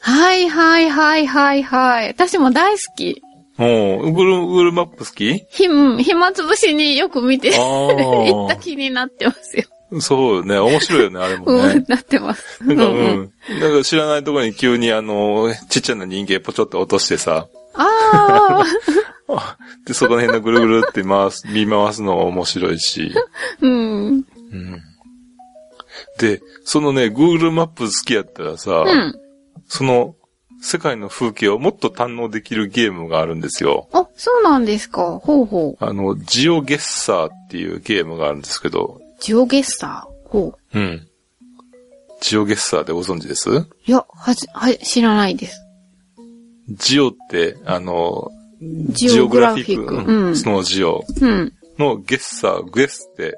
S1: はいはいはいはいはい。私も大好き。
S2: もう、Google, Google マップ好 き
S1: ひ、うん暇つぶしによく見て、 行った
S2: あ
S1: 気になってますよ。
S2: あ。そうよね。 面白いよね、あれも
S1: う
S2: ね
S1: ん。、なってます。
S2: なんか、 う
S1: うんうん
S2: ん。なんか知らないところに急にあの、ちっちゃな人間ポチョって落としてさ、
S1: ああ、
S2: あで、そこら辺のぐるぐるって回 す、見回すのも面白い し。
S1: うん。
S2: うん。で、そのね、Google マップ好きやったらさ、
S1: うん。
S2: その、世界の風景をもっと堪能できるゲームがあるんですよ。
S1: あ、そうなんですか。ほうほ
S2: あの、ジオゲッサーっていうゲームがあるんですけど、
S1: う。ジオゲッサー。ほう。
S2: うん。ジオゲッサーでご存知です
S1: いや、はじ、はい、知らないです。
S2: ジオって、あの、
S1: ジオグラフィック
S2: ジオグラ
S1: うん
S2: そのジオ
S1: うん。
S2: のゲッサー、ゲスって、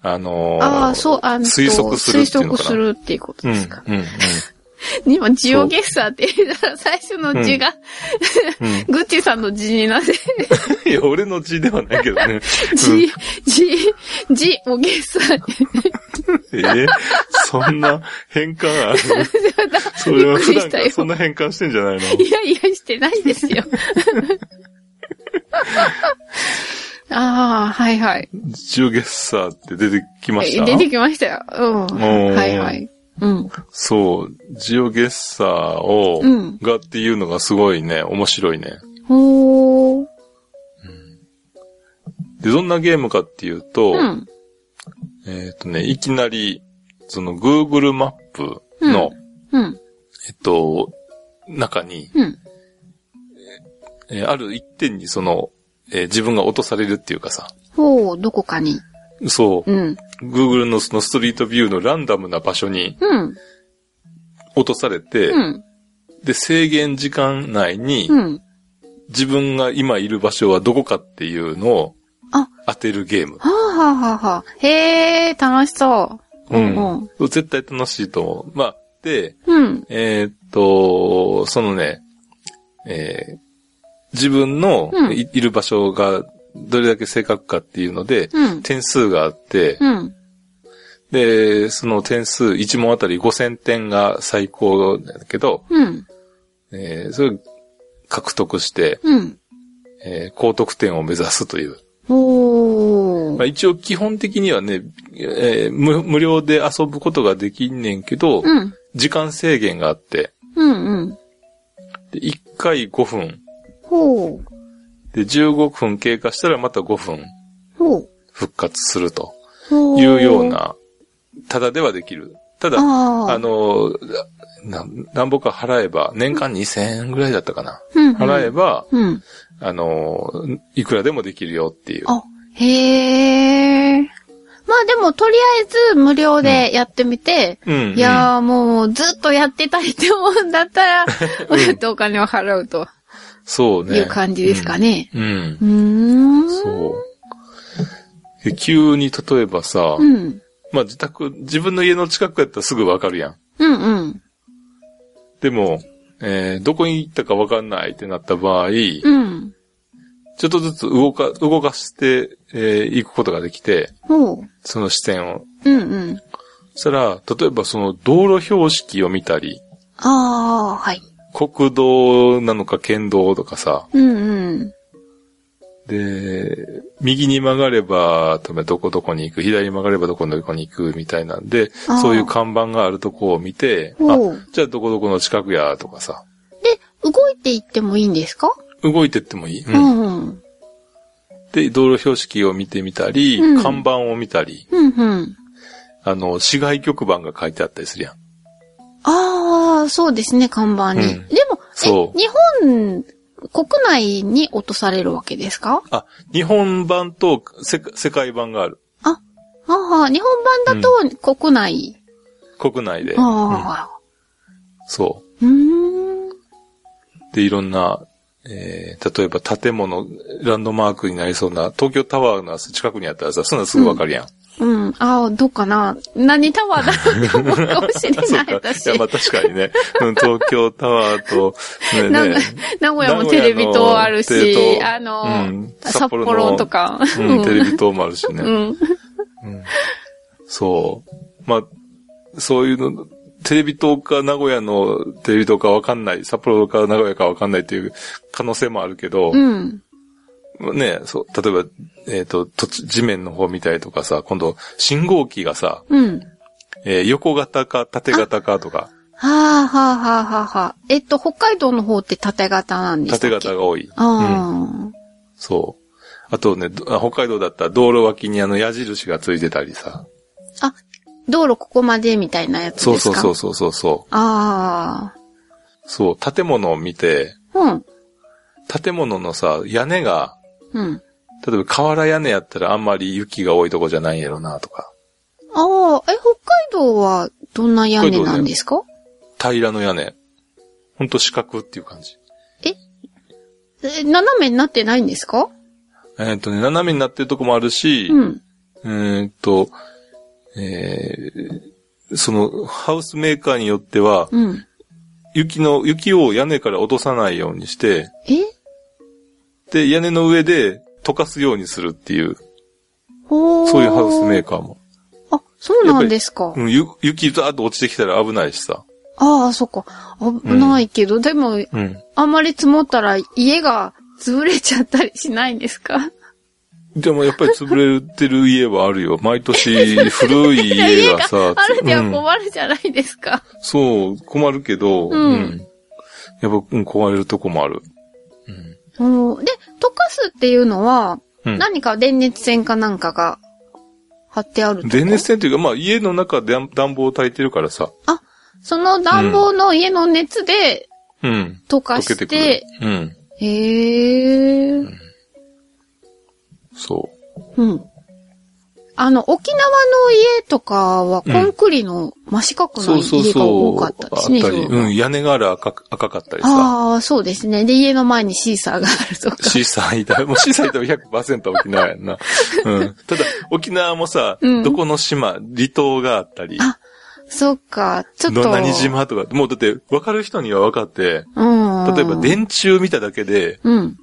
S2: あのー
S1: ああ、そう、あの、
S2: 推測するっていうの
S1: 推測
S2: か
S1: す
S2: な。
S1: るっていうこと
S2: うん、う
S1: ですか。
S2: ん、
S1: 今、ジオゲッサーって言ったら最初の字が、
S2: うん。うん
S1: グッチさんの字になって、
S2: いや、俺の字ではないけど ね。うん
S1: ジ、ジ、ジをゲッサーって。
S2: えーそんな変換あるそれは普段からそんな変換してんじゃないの
S1: いやいや、してないですよ。 ああ、はいはい。
S2: ジオゲッサーって出てきました
S1: 出てきましたよ。うん。
S2: ー
S1: はいはい。うん。
S2: そう、ジオゲッサーを、
S1: うん
S2: がっていうのがすごいね、面白いね。
S1: ほー。
S2: で、どんなゲームかっていうと、
S1: うん。
S2: えっ、とね、いきなり、その Google マップの、
S1: うん。
S2: えっと、中に、
S1: うん。
S2: えーある一点にその、えー自分が落とされるっていうかさ、
S1: ほう、どこかに。
S2: そう
S1: う、ん。
S2: Google のそのストリートビューのランダムな場所に
S1: うん。
S2: 落とされて、
S1: うん。
S2: で、制限時間内に
S1: うん。
S2: 自分が今いる場所はどこかっていうのを
S1: あ
S2: 当てるゲーム。
S1: はあ、はあはあはあ、へえ、楽しそううん
S2: ん。絶対楽しいと思う。まあ、で、
S1: う。うん。
S2: えーっと、そのね、えー自分の
S1: うん
S2: い,、る場所がどれだけ正確かっていうので、
S1: うん。
S2: 点数があって、
S1: うん。
S2: で、その点数1問あたり5000点が最高だけど、
S1: うん。
S2: えーそれを獲得して、
S1: うん。
S2: えー高得点を目指すという。
S1: お
S2: ま
S1: ー。
S2: あ、一応基本的にはね、えー無無料で遊ぶことができんねんけど、
S1: うん。
S2: 時間制限があって、
S1: うん。うん。
S2: で1回5分、
S1: ほう。
S2: で15分経過したらまた5分
S1: ほう。
S2: 復活すると
S1: ほう。
S2: いうよう。な、ただではできる。ただ、
S1: ああ。
S2: あ、の、ななんぼか払えば、年間2000円ぐらいだったかな。
S1: うん、
S2: 払え
S1: ば。
S2: ば、
S1: うん。
S2: あの、いくらでもできるよっていう。
S1: あ、へえ。まあでも、とりあえず無料でやってみて、
S2: うんうん
S1: いやーもうずっとやってたいって思うんだったら、
S2: ん
S1: やっ とお金を払うと
S2: そうね。
S1: いう感じですかね。
S2: うん
S1: うーん。
S2: そう。で急に例えばさ、
S1: うん。
S2: まあ自宅、自分の家の近くやったらすぐわかるやん。
S1: うんうん。
S2: でも、えーどこに行ったかわかんないってなった場合、ちょ
S1: うん。
S2: っとずつ動か、動かして、えー行くことができて、
S1: ほう。
S2: その視点を。
S1: うんうん。
S2: そしたら、例えばその道路標識を見たり、
S1: ああ、はい。
S2: 国道なのか県道とかさ、
S1: うんうん。
S2: で、右に曲がれば、例えばどこどこに行く、左に曲がればどこどこに行くみたいなんで、
S1: あー
S2: そういう看板があるとこを見て、
S1: ほ
S2: あ、
S1: う。
S2: じゃあどこどこの近くや、とかさ、
S1: で、動いていってもいいんですか
S2: 動いてってもいい、う、
S1: うんんうん。
S2: で、道路標識を見てみたり、
S1: うん
S2: 看板を見たり、
S1: うんうん。
S2: あの、市外局番が書いてあったりするやん。
S1: ああ、そうですね、看板に。
S2: うん
S1: でも、え
S2: そう
S1: 日本国内に落とされるわけですか
S2: あ、日本版と世世界版がある。
S1: あ、ああ、日本版だと国内。
S2: 国内で。うん
S1: ああ、
S2: そう
S1: ーん。
S2: う。で、いろんな、えー、例えば建物、ランドマークになりそうな、東京タワーの近くにあったらさ、そんなんすぐわかるやん。
S1: うん。ああ、どうかな。何タワーだろうって思うかもしれ
S2: あそ
S1: な
S2: う
S1: い、
S2: か。い
S1: 私
S2: や、。まあ確かにね。うん東京タワーと、ね
S1: なん
S2: ね
S1: か名古屋もテレビ塔ある
S2: 名古屋のテレ
S1: し、
S2: 東
S1: あの、
S2: うん
S1: 札
S2: 札幌
S1: 幌
S2: の
S1: とか。
S2: うん、テレビ塔もあるしね。
S1: うん。
S2: そう。まあ、そういうの、テレビ塔か名古屋のテレビ塔かわかんない、札幌か名古屋かわかんないっていう可能性もあるけど、
S1: うん。
S2: ね、そう、例えば、えっ、と、土地地面の方みたいとかさ、今度、信号機がさ、
S1: うん。
S2: えー横型か縦型かとか、
S1: はあ、はあ、はあ、はあ、はあ。えっと、北海道の方って縦型なんです
S2: 縦型
S1: が。
S2: が多い。うん、
S1: あ
S2: そう。あとね、どあ北海道だったら道路脇にあの矢印がついてたりさ。
S1: あ。あ、道路ここまでみたいなやつ
S2: そう
S1: です
S2: そう
S1: か
S2: そうそうそうそ
S1: ああ。
S2: う。そう、建物を見て、
S1: うん。
S2: 建物のさ、屋根が、
S1: うん。
S2: 例えば瓦屋根やったらあんまり雪が多いとこじゃないんやろなとか、
S1: ああ、え、北海道はどんな屋根なんですか
S2: 平らの屋根。ほんと四角っていう感じ。
S1: え、斜めになってないんですか
S2: えーっ、とね、斜めになってるとこもあるし、
S1: うん。
S2: えーっと、えーその、ハウスメーカーによっては、
S1: うん。
S2: 雪の、雪を屋根から落とさないようにして、
S1: え
S2: で、屋根の上で溶かすようにするっていう、
S1: ほー
S2: そういうハウスメーカーも。
S1: あ、そうなんですか。
S2: うん、ゆ雪ザーッと落ちてきたら危ないしさ。
S1: ああ、そっか。危ないけど、でも、
S2: うん。
S1: あんまり積もったら家が潰れちゃったりしないんですか、
S2: でもやっぱり潰れてる家はあるよ。毎年古い家が さ
S1: あるには
S2: うん
S1: 困るじゃないですか。
S2: そう、困るけど、
S1: うん
S2: やっぱ、うん、壊れるとこもある。うん
S1: うん、で、溶かすっていうのは、
S2: うん
S1: 何か電熱線かなんかが貼ってあるとか
S2: 電熱線というか、まあ家の中で暖暖房を焚いてるからさ。
S1: あ、その暖房の家の熱で
S2: うん。
S1: 溶か
S2: 溶け
S1: して
S2: くる
S1: て、。
S2: うん。
S1: へえ。
S2: そ
S1: うん。あの、沖縄の家とかはコンクリの真四角
S2: う。
S1: の
S2: そうそう
S1: 家が
S2: そ
S1: 多
S2: う。
S1: か
S2: あ
S1: ったで
S2: っ
S1: すね。
S2: たり、
S1: そう
S2: うん、屋根瓦赤く赤かったりさ。
S1: ああ、そうですね。で、家の前にシーサーがあるとか。
S2: シーサーいた。もうシーサーいたら100%沖縄やんな。うん。ただ、沖縄もさ、
S1: うん
S2: どこの島、離島があったり。
S1: あそっか、ちょっと。
S2: の何島とか、もうだって分かる人には分かって、
S1: うん。
S2: 例えば電柱見ただけで、
S1: うん。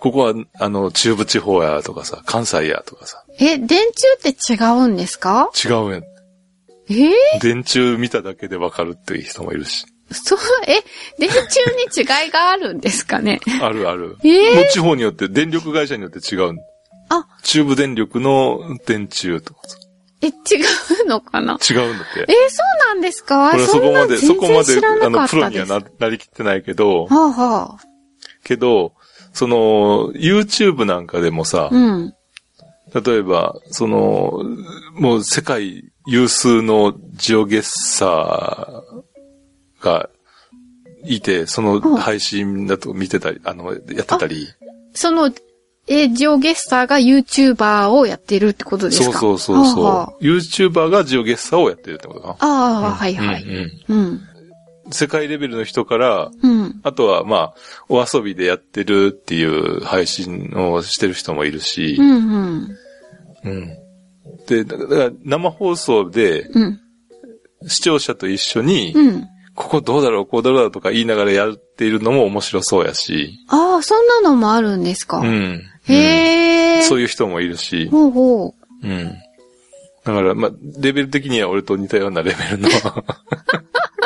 S2: ここは、あの、中部地方やとかさ、関西やとかさ、
S1: え、電柱って違うんですか
S2: 違うやん。
S1: えー
S2: 電柱見ただけで分かるっていう人もいるし。
S1: そう、え、電柱に違いがあるんですかね
S2: あるある。
S1: えー
S2: もう地方によって、電力会社によって違う。
S1: あ、
S2: 中部電力の電柱とかさ
S1: え、違うのかな
S2: 違うんだって
S1: え。、そうなんですか
S2: 俺はそこまで、そ
S1: ん
S2: こ
S1: な
S2: ま
S1: 全然知ら
S2: で、あ
S1: なか
S2: の、
S1: っ
S2: プロ
S1: た
S2: に
S1: で
S2: は
S1: す。は
S2: な、なりきってないけど
S1: あ、はあ。
S2: けど、その、YouTube なんかでもさ、
S1: うん。
S2: 例えば、その、もう世界有数のジオゲッサーがいて、その
S1: うん
S2: 配信だと見てたり、あの、やってたり。
S1: その、え、ジオゲスターが YouTuber をやってるってことです
S2: そう
S1: か
S2: そうそう
S1: はあは
S2: そう。YouTuber がジオゲッサーをやってるってことかな。
S1: ああー、はいは
S2: うん
S1: い。
S2: うん
S1: うん。
S2: 世界レベルの人から、
S1: うん。
S2: あとはまあ、お遊びでやってるっていう配信をしてる人もいるし
S1: う、ん。うん。
S2: うんで、だから生放送で
S1: うん。
S2: 視聴者と一緒に、
S1: うん。
S2: ここどうだろう、こうだろうとか言いながらやっているのも面白そうやし、
S1: ああ、そんなのもあるんですか。
S2: うん。
S1: へ
S2: う
S1: え。
S2: んそ
S1: い
S2: う
S1: う。
S2: いう人もいるし、
S1: ほうほう。
S2: うん。だから、まあ、レベル的には俺と似たようなレベルの。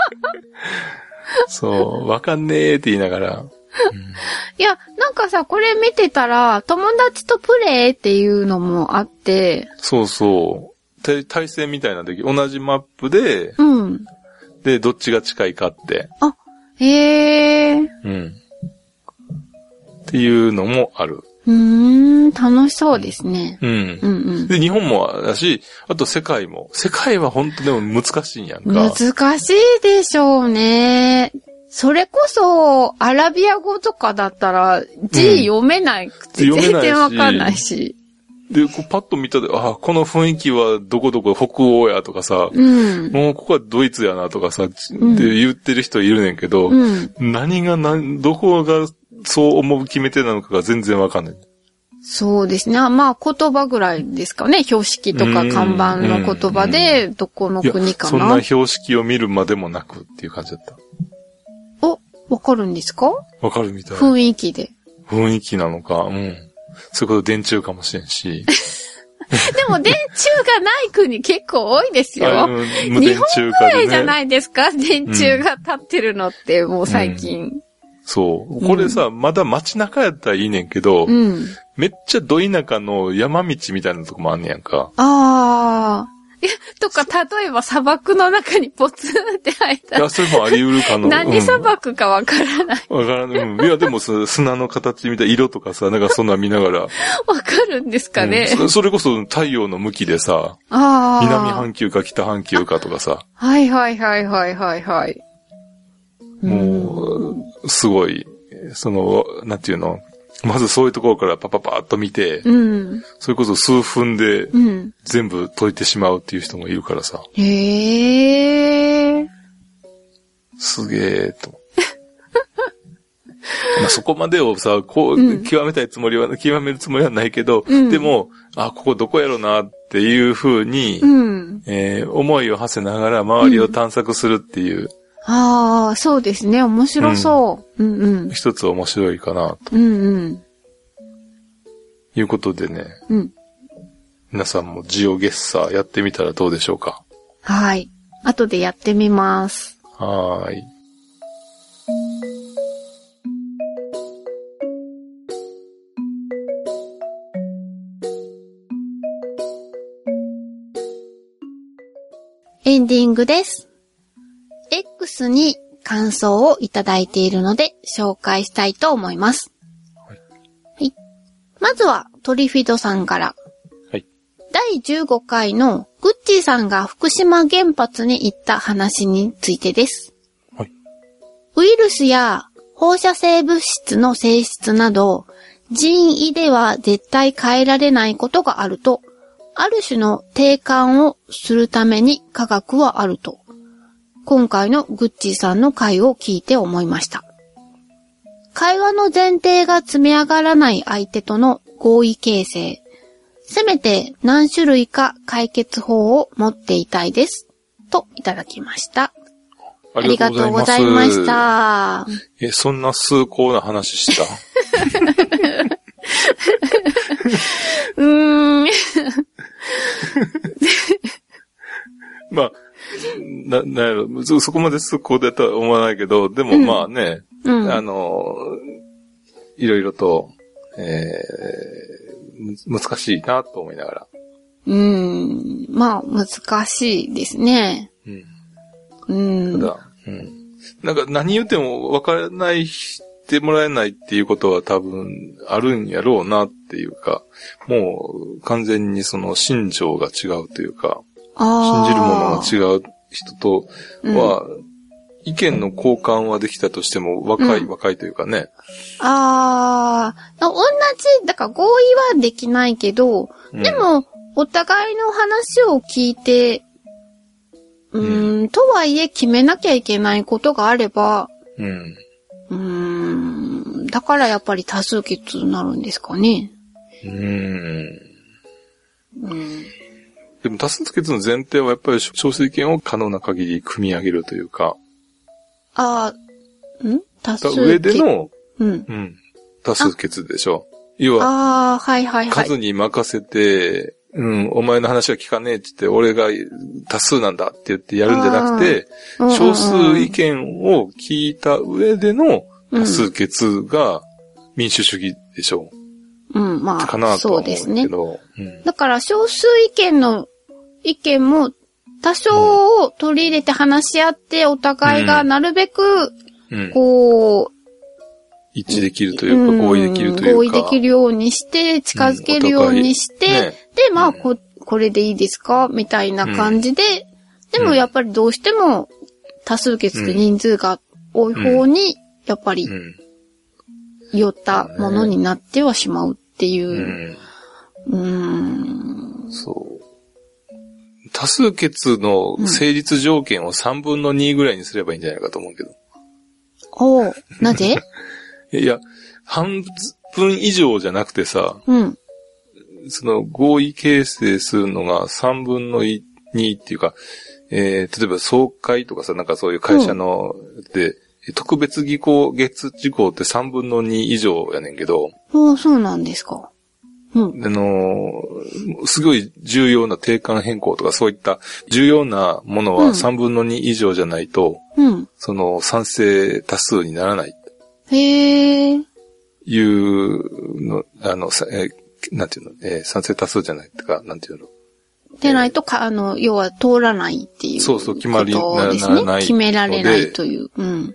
S2: そう、わかんねえって言いながら。
S1: いや、なんかさ、これ見てたら、友達とプレイっていうのもあって、
S2: そうそう。対対戦みたいな時、同じマップで、
S1: うん。
S2: で、どっちが近いかって。
S1: あ、へえ。う
S2: うん。っていうのもある。
S1: ーん、楽しそうですね。
S2: うん
S1: う。ん
S2: で、日本もだし、あと世界も。世界は本当でも難しいんやん
S1: うん。
S2: か。
S1: 難しいでしょうね。それこそ、アラビア語とかだったら、字読めないくて、
S2: うん
S1: 全
S2: 読めないし
S1: 然わかんないし。
S2: で、こうパッと見たで、ああ、この雰囲気はどこどこ北欧やとかさ、
S1: うん。
S2: もうここはドイツやなとかさ、ち
S1: うん
S2: って言ってる人いるねんけど、
S1: うん。
S2: 何が何、どこがそう思う決め手なのかが全然わかんない。
S1: そうですね。まあ、言葉ぐらいですかね。標識とか看板の言葉で、どこの
S2: いや
S1: 国、か
S2: そんな
S1: な。
S2: 標識を見るまでもなくっていう感じだった。
S1: お、わかるんですか
S2: わかるみたい。
S1: 雰囲気で。
S2: 雰囲気なのか、うん。そういうこと電柱かもしれん
S1: で
S2: し。
S1: も、電柱がない国結構多いです
S2: あ
S1: よ。
S2: の無
S1: 日
S2: 電
S1: 本
S2: 柱
S1: ぐ
S2: か
S1: らいじゃ
S2: でね。
S1: ないですか電柱が立ってるのって、もう最近。
S2: そう。これさ、まだ街中やったらいいねんけど、
S1: うん。
S2: めっちゃど田舎の山道みたいなとこもあんねやんか。
S1: ああ。いや、とか、例えば砂漠の中にポツンって入っ
S2: い
S1: たら
S2: や、、それもあり得る かな。
S1: 何砂漠かわからない。
S2: うんわからない。うんいや、でもさ、砂の形みたいな色とかさ、なんかそんなん見ながら。
S1: わかるんですかね
S2: うん。そそれこそ太陽の向きでさ、
S1: ああ。
S2: 南半球か北半球かとかさ、
S1: はいはいはいはいはいはい。
S2: もう、すごい、その、なんていうの、まずそういうところからパパパッと見て、
S1: うん。
S2: それこそ数分で
S1: うん。
S2: 全部解いてしまうっていう人もいるからさ、
S1: へえ。
S2: すげえと 思って。まあそこまでをさ、こ
S1: う
S2: う、
S1: ん
S2: 極めたいつもりは、極めるつもりはないけど、
S1: うん
S2: でも、あ、ここどこやろなっていうふうに、
S1: うん。
S2: えー思いを馳せながら周りを探索するっていう、
S1: ああ、そうですね。面白そう。うんうん。
S2: 一つ面白いかな、
S1: うんうん。
S2: ということでね、
S1: うん。
S2: 皆さんもジオゲッサーやってみたらどうでしょうか。
S1: はい。後でやってみます。
S2: はーい。
S1: エンディングです。X に感想をいただいているので紹介したいと思います。
S2: はい
S1: はい。まずはトリフィドさんから。
S2: はい。
S1: 第15回のグッチーさんが福島原発に行った話についてです。
S2: はい
S1: ウイルスや放射性物質の性質など、人為では絶対変えられないことがあると、ある種の定感をするために科学はあると、今回のグッチーさんの回を聞いて思いました。会話の前提が積み上がらない相手との合意形成、せめて何種類か解決法を持っていたいです。といただきました。
S2: あ
S1: ありがとうございまし
S2: す。
S1: た。
S2: え、そんな崇高な話した
S1: うーん。
S2: まあ、な、なんやろ、そ、そこまで崇高だとは思わないけど、でも
S1: うん
S2: まあね、
S1: うん。
S2: あの、いろいろと、えーむ難しいなと思いながら。
S1: うん。まあ、難しいですね。
S2: うん
S1: うん。
S2: ただ、うん。なんか何言っても分からない、してもらえないっていうことは多分あるんやろうなっていうか、もう完全にその心情が違うというか、信
S1: あー
S2: じるものが違う人とは、意見の交換はできたとしても、若
S1: う
S2: い
S1: ん
S2: 若いというかね。
S1: ああ、同じ、だから合意はできないけど、
S2: うん
S1: でも、お互いの話を聞いて、うーん、とはいえ決めなきゃいけないことがあれば、
S2: うん。
S1: うーん、だからやっぱり多数決になるんですかね。
S2: うん。
S1: うん、
S2: でも多数決の前提はやっぱり少数意見を可能な限り組み上げるというか、
S1: ああ、ん多数
S2: だ
S1: 決。
S2: 上での、
S1: うん。
S2: うん、多数決でしょ。要は、
S1: ああ、はいはいはい。
S2: 数に任せて、うん、お前の話は聞かねえって言って、俺が多数なんだって言ってやるんじゃなくて、
S1: うんうんうん
S2: 少数意見を聞いた上での多数決が民主主義でしょう。
S1: うん、ま
S2: かな
S1: あ、
S2: とは
S1: そう
S2: 思
S1: で
S2: う
S1: す
S2: んだ
S1: ね
S2: け。ど。うん
S1: だから少数意見の意見も多少を取り入れて話し合ってお互いがなるべく、
S2: うん
S1: こう、
S2: 一致できるといううんか、合意できるというか。
S1: 合意できるようにして、近づけるようにして、
S2: お互いね
S1: で、まあ
S2: うん
S1: こ、これでいいですかみたいな感じで、でもやっぱりどうしても多数決で人数が多い方に、やっぱり
S2: うん。
S1: 寄ったものになってはしまうっていうう。
S2: ん。
S1: うーん。
S2: そう。多数決の成立条件を3分の2ぐらいにすればいいんじゃないかと思うけど。
S1: おうな ぜ
S2: いや、半分以上じゃなくてさ、
S1: うん。
S2: その合意形成するのが3分の2っていうか、えー例えば総会とかさ、なんかそういう会社の、で、特別技巧、月事項って3分の2以上やねんけど、
S1: おうそうなんですか。うん。
S2: あのーすごい重要な定款変更とかそういった重要なもの
S1: うん
S2: は3分の2以上じゃないと、
S1: うん。
S2: その賛成多数にならない
S1: へえ。
S2: いうの、あの、さえーなんていうの、えー賛成多数じゃないとか、なんていうの。
S1: でないとか、あの、要は通らないっていう。
S2: そうそう決まり
S1: ことですね
S2: ななない
S1: 決められないという。うん。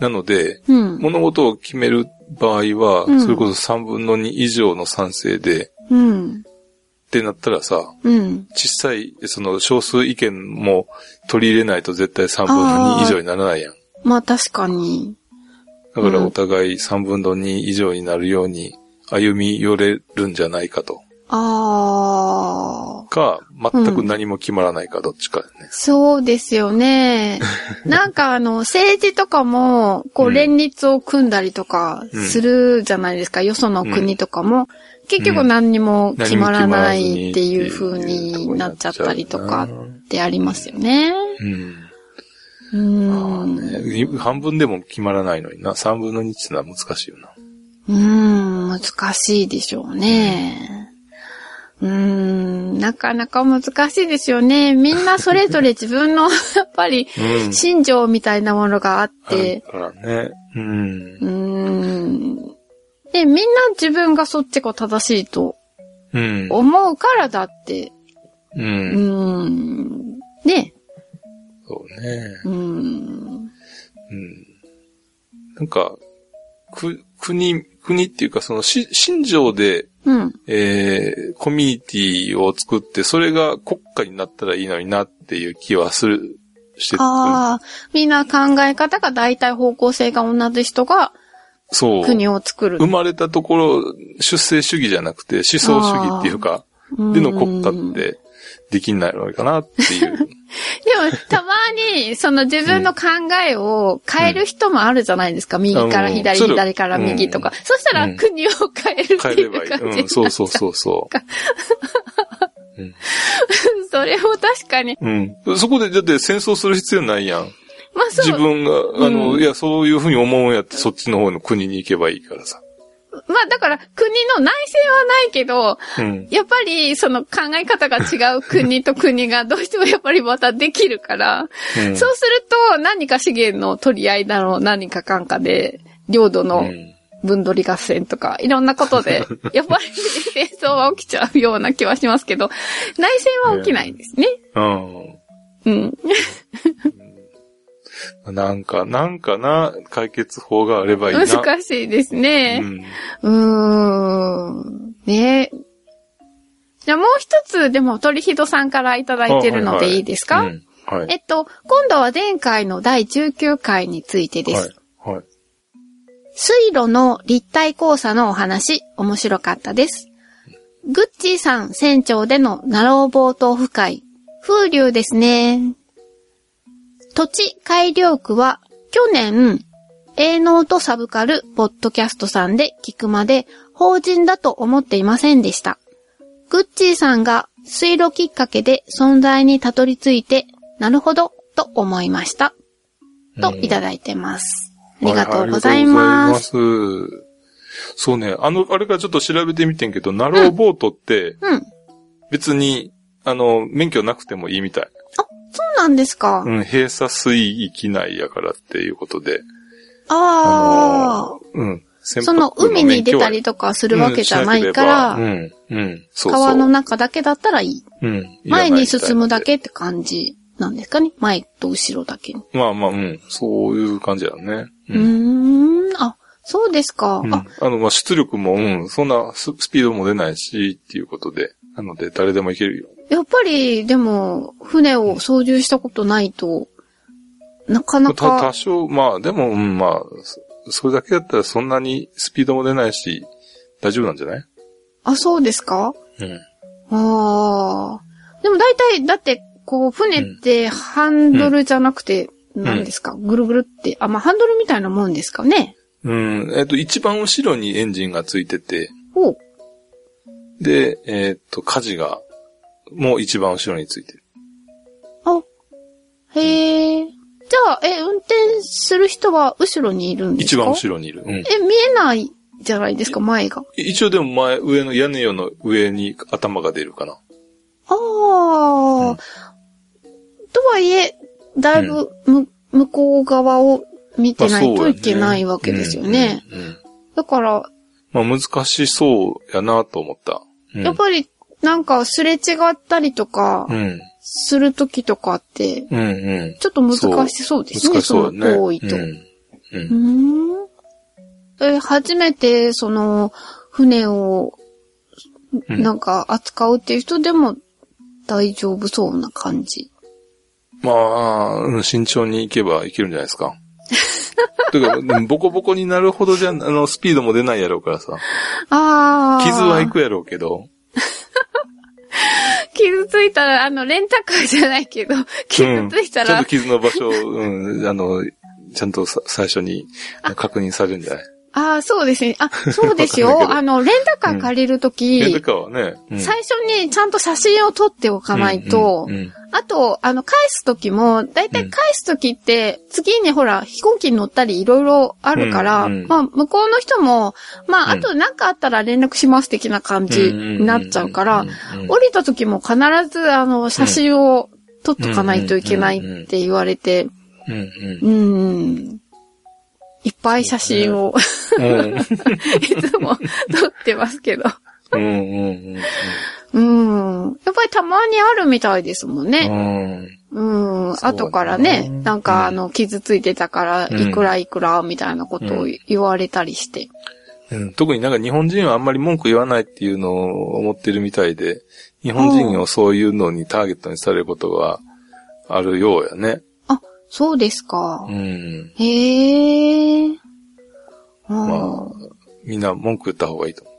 S2: なので、
S1: うん。
S2: 物事を決める場合は、
S1: うん
S2: それこそ3分の2以上の賛成で、
S1: うん。
S2: ってなったらさ、
S1: うん。
S2: 小さい、その少数意見も取り入れないと絶対3分の2以上にならないやん。
S1: まあ確かに。
S2: だからお互い3分の2以上になるように歩み寄れるんじゃないかと。
S1: ああ。
S2: か、全く何も決まらないか、どっちかね。
S1: そうですよ ね。なんかあの、政治とかも、こ
S2: う
S1: う、
S2: ん
S1: 連立を組んだりとかするじゃないですか。よその国とかも。結局何にも決まらないっていう風になっちゃったりとかってありますよね。
S2: うん。
S1: う
S2: まあ
S1: ん。
S2: ね半分でも決まらないのにな。3分の2ってのは難しいよな。
S1: うん、難しいでしょうね。うん、なかなか難しいですよね。みんなそれぞれ自分の、や っぱり、
S2: うん。
S1: 信条みたいなものがあって、
S2: あるからね。うん
S1: う。ーん。で、みんな自分がそっちが正しいと
S2: うん。
S1: 思うからだって。
S2: う。
S1: うんーん。ね。
S2: そうね。
S1: うーん。
S2: うん。なんか、く、国、国っていうか、その、し、信条で、
S1: うん。
S2: えー、コミュニティを作って、それが国家になったらいいのになっていう気はする、して
S1: ああ、みんな考え方が大体方向性が同じ人が
S2: そう。
S1: 国を作る
S2: 生。まれたところ、出生主義じゃなくて、思想主義っていうか、での国家
S1: うんでも、
S2: って、できないのかなって いう。
S1: たまに、その自分の考えを変える人もあるじゃないですか。右から左、
S2: うん
S1: 左から右とか。そしたら国を変えるって
S2: 変え
S1: い
S2: れ
S1: う
S2: ばい
S1: 感じになっちゃ
S2: い。
S1: う
S2: うん、そうそうそうそ
S1: それも確かに。
S2: う。うん。そこで、だって戦争する必要ないやん。
S1: まあそう。
S2: 自分が、あの、
S1: うん
S2: いや、そういうふうに思うんやって、そっちの方の国に行けばいいからさ。
S1: まあだから国の内政はないけど、
S2: うん。
S1: やっぱりその考え方が違う国と国がどうしてもやっぱりまたできるから、
S2: うん
S1: そうすると何か資源の取り合いだろう、何かかんかで、領土
S2: う
S1: の
S2: ん
S1: 分取り合戦とか、いろんなこと で、やっぱり戦争は起きちゃうような気はしますけど、内戦は起きないんですね。うん。
S2: うん。なんか、なんかな、解決法があればいいな。
S1: 難しいですね。
S2: うん。
S1: うーん。ねじゃあもう一つ、でも、鳥ひどさんからいただいてるのでいいですか、
S2: あはいはいうんは
S1: え
S2: い。
S1: っと、今度は前回の第19回についてです。
S2: はい。はい。
S1: 水路の立体交差のお話、面白かったです。グッチーさん船長でのナローボートオフ会、風流ですね。土地改良区は、去年、営農とサブカル、ポッドキャストさんで聞くまで、法人だと思っていませんでした。グッチーさんが水路きっかけで存在にたどり着いて、なるほど、と思いました。と、いただいてます。ありがとうございます。
S2: す。ありがとうございます。そうね、あの、あれからちょっと調べてみてんけど、ナローボートって、
S1: うん。そ
S2: 別に、あの、免許なくてもいいみたい。
S1: うなんですか。
S2: うん、閉鎖水域内やからっていうことで。
S1: ああ、
S2: あのー。うん。船
S1: そ
S2: 舶
S1: の海に出たり
S2: 免許
S1: と
S2: は
S1: かするわけじゃないか
S2: う
S1: ら、
S2: ん、しなければうん、うん、そうそう。
S1: 川の中だけだったらいい。
S2: うん、いらないみたい
S1: 前
S2: なんで
S1: に進むだ。けって感じなんですかね。前と後ろだけ。う
S2: まあまあ、うん、そういう感じだね。う
S1: ー
S2: ん。
S1: ん。あ、そうですか。
S2: うん
S1: あ
S2: あ、の、まあ、出力も、うん、そんなススピードも出ないし、っていうことで。なので、誰でもいけるよ。
S1: やっぱり、でも、船を操縦したことないと、なかな
S2: た多
S1: か、
S2: 少、まあ、でも、うん、まあ、そそれだけだったらそんなにスピードも出ないし、大丈夫なんじゃない
S1: あ、そうですか
S2: うん。
S1: ああ。でも大体、だって、こう、船ってハンドルじゃなくて、何ですか、ぐるぐるって。あ、まあ、ハンドルみたいなもんですかね。
S2: うん。えっと、一番後ろにエンジンがついてて、
S1: おう
S2: で、えっと、舵が、もう一番後ろについてる。
S1: あ、へえ。じゃあ、え、運転する人は後ろにいるんです
S2: 一
S1: か
S2: 番後ろにいる。うん。
S1: え、見えないじゃないですか、前が。
S2: 一応でも前、上の屋根用の上に頭が出るかな。
S1: ああ、
S2: うん
S1: とはいえ、だいぶ、む、向こう側を見てないといけないわけですよね。。
S2: うんうんうん
S1: だから、
S2: まあ難しそうやなと思った。うん
S1: やっぱり、なんか、すれ違ったりとか
S2: う、ん。
S1: するときとかって、
S2: うんうん。
S1: ちょっと難しそうですね、
S2: 難しそ
S1: そ
S2: うだね。
S1: の行為と。
S2: うんうん
S1: うーん。え、初めて、その、船を、
S2: うん
S1: なんか、扱うっていう人でも、大丈夫そうな感じ。
S2: まあ、うん慎重に行けばいけるんじゃないで すか。というかうん、ボコボコになるほどじゃ、あの、スピードも出ないやろうからさ。
S1: ああ。
S2: 傷はいくやろうけど。
S1: 傷ついたら、あの、レンタカーじゃないけど、傷ついた
S2: うんちゃ
S1: ら、
S2: んと傷の場所を、うん、あの、ちゃんとさ最初に確認されるんじゃない
S1: ああ、そうですね。あ、そうです
S2: わかん
S1: よ。
S2: ないけど
S1: あの、レンタカー借りると
S2: レン
S1: き
S2: タ、カーはね。うん
S1: 最初にちゃんと写真を撮っておかないと
S2: うんう、んうん
S1: あと、あの、返すときも、だいたい返すときって、次にほら、飛行機に乗ったりいろいろあるから、
S2: うんうん
S1: まあ、向こうの人も、まあ、
S2: う
S1: あ
S2: ん
S1: となんかあったら連絡します的な感じになっちゃうから
S2: ん、うん
S1: 降りた時も必ず、あの、写真を撮っとかないといけないって言われて、
S2: うんうん
S1: うん。いっぱい写真を、
S2: うん
S1: いつも 撮ってますけど。
S2: うんうん
S1: うん。やっぱりたまにあるみたいですもん
S2: う
S1: ね。
S2: んうん
S1: うん。
S2: そうだな
S1: 後からね、なん
S2: うん
S1: かあの、傷ついてたから、
S2: うん
S1: いくらいくら、みたいなことを言われたりして。
S2: うん特になんか日本人はあんまり文句言わないっていうのを思ってるみたいで、日本人をそういうのにターゲットにされることがあるようやね。
S1: あ、そうですか
S2: う。ん。
S1: へえ。あ
S2: まあ
S1: ー、
S2: みんな文句言った方がいいと思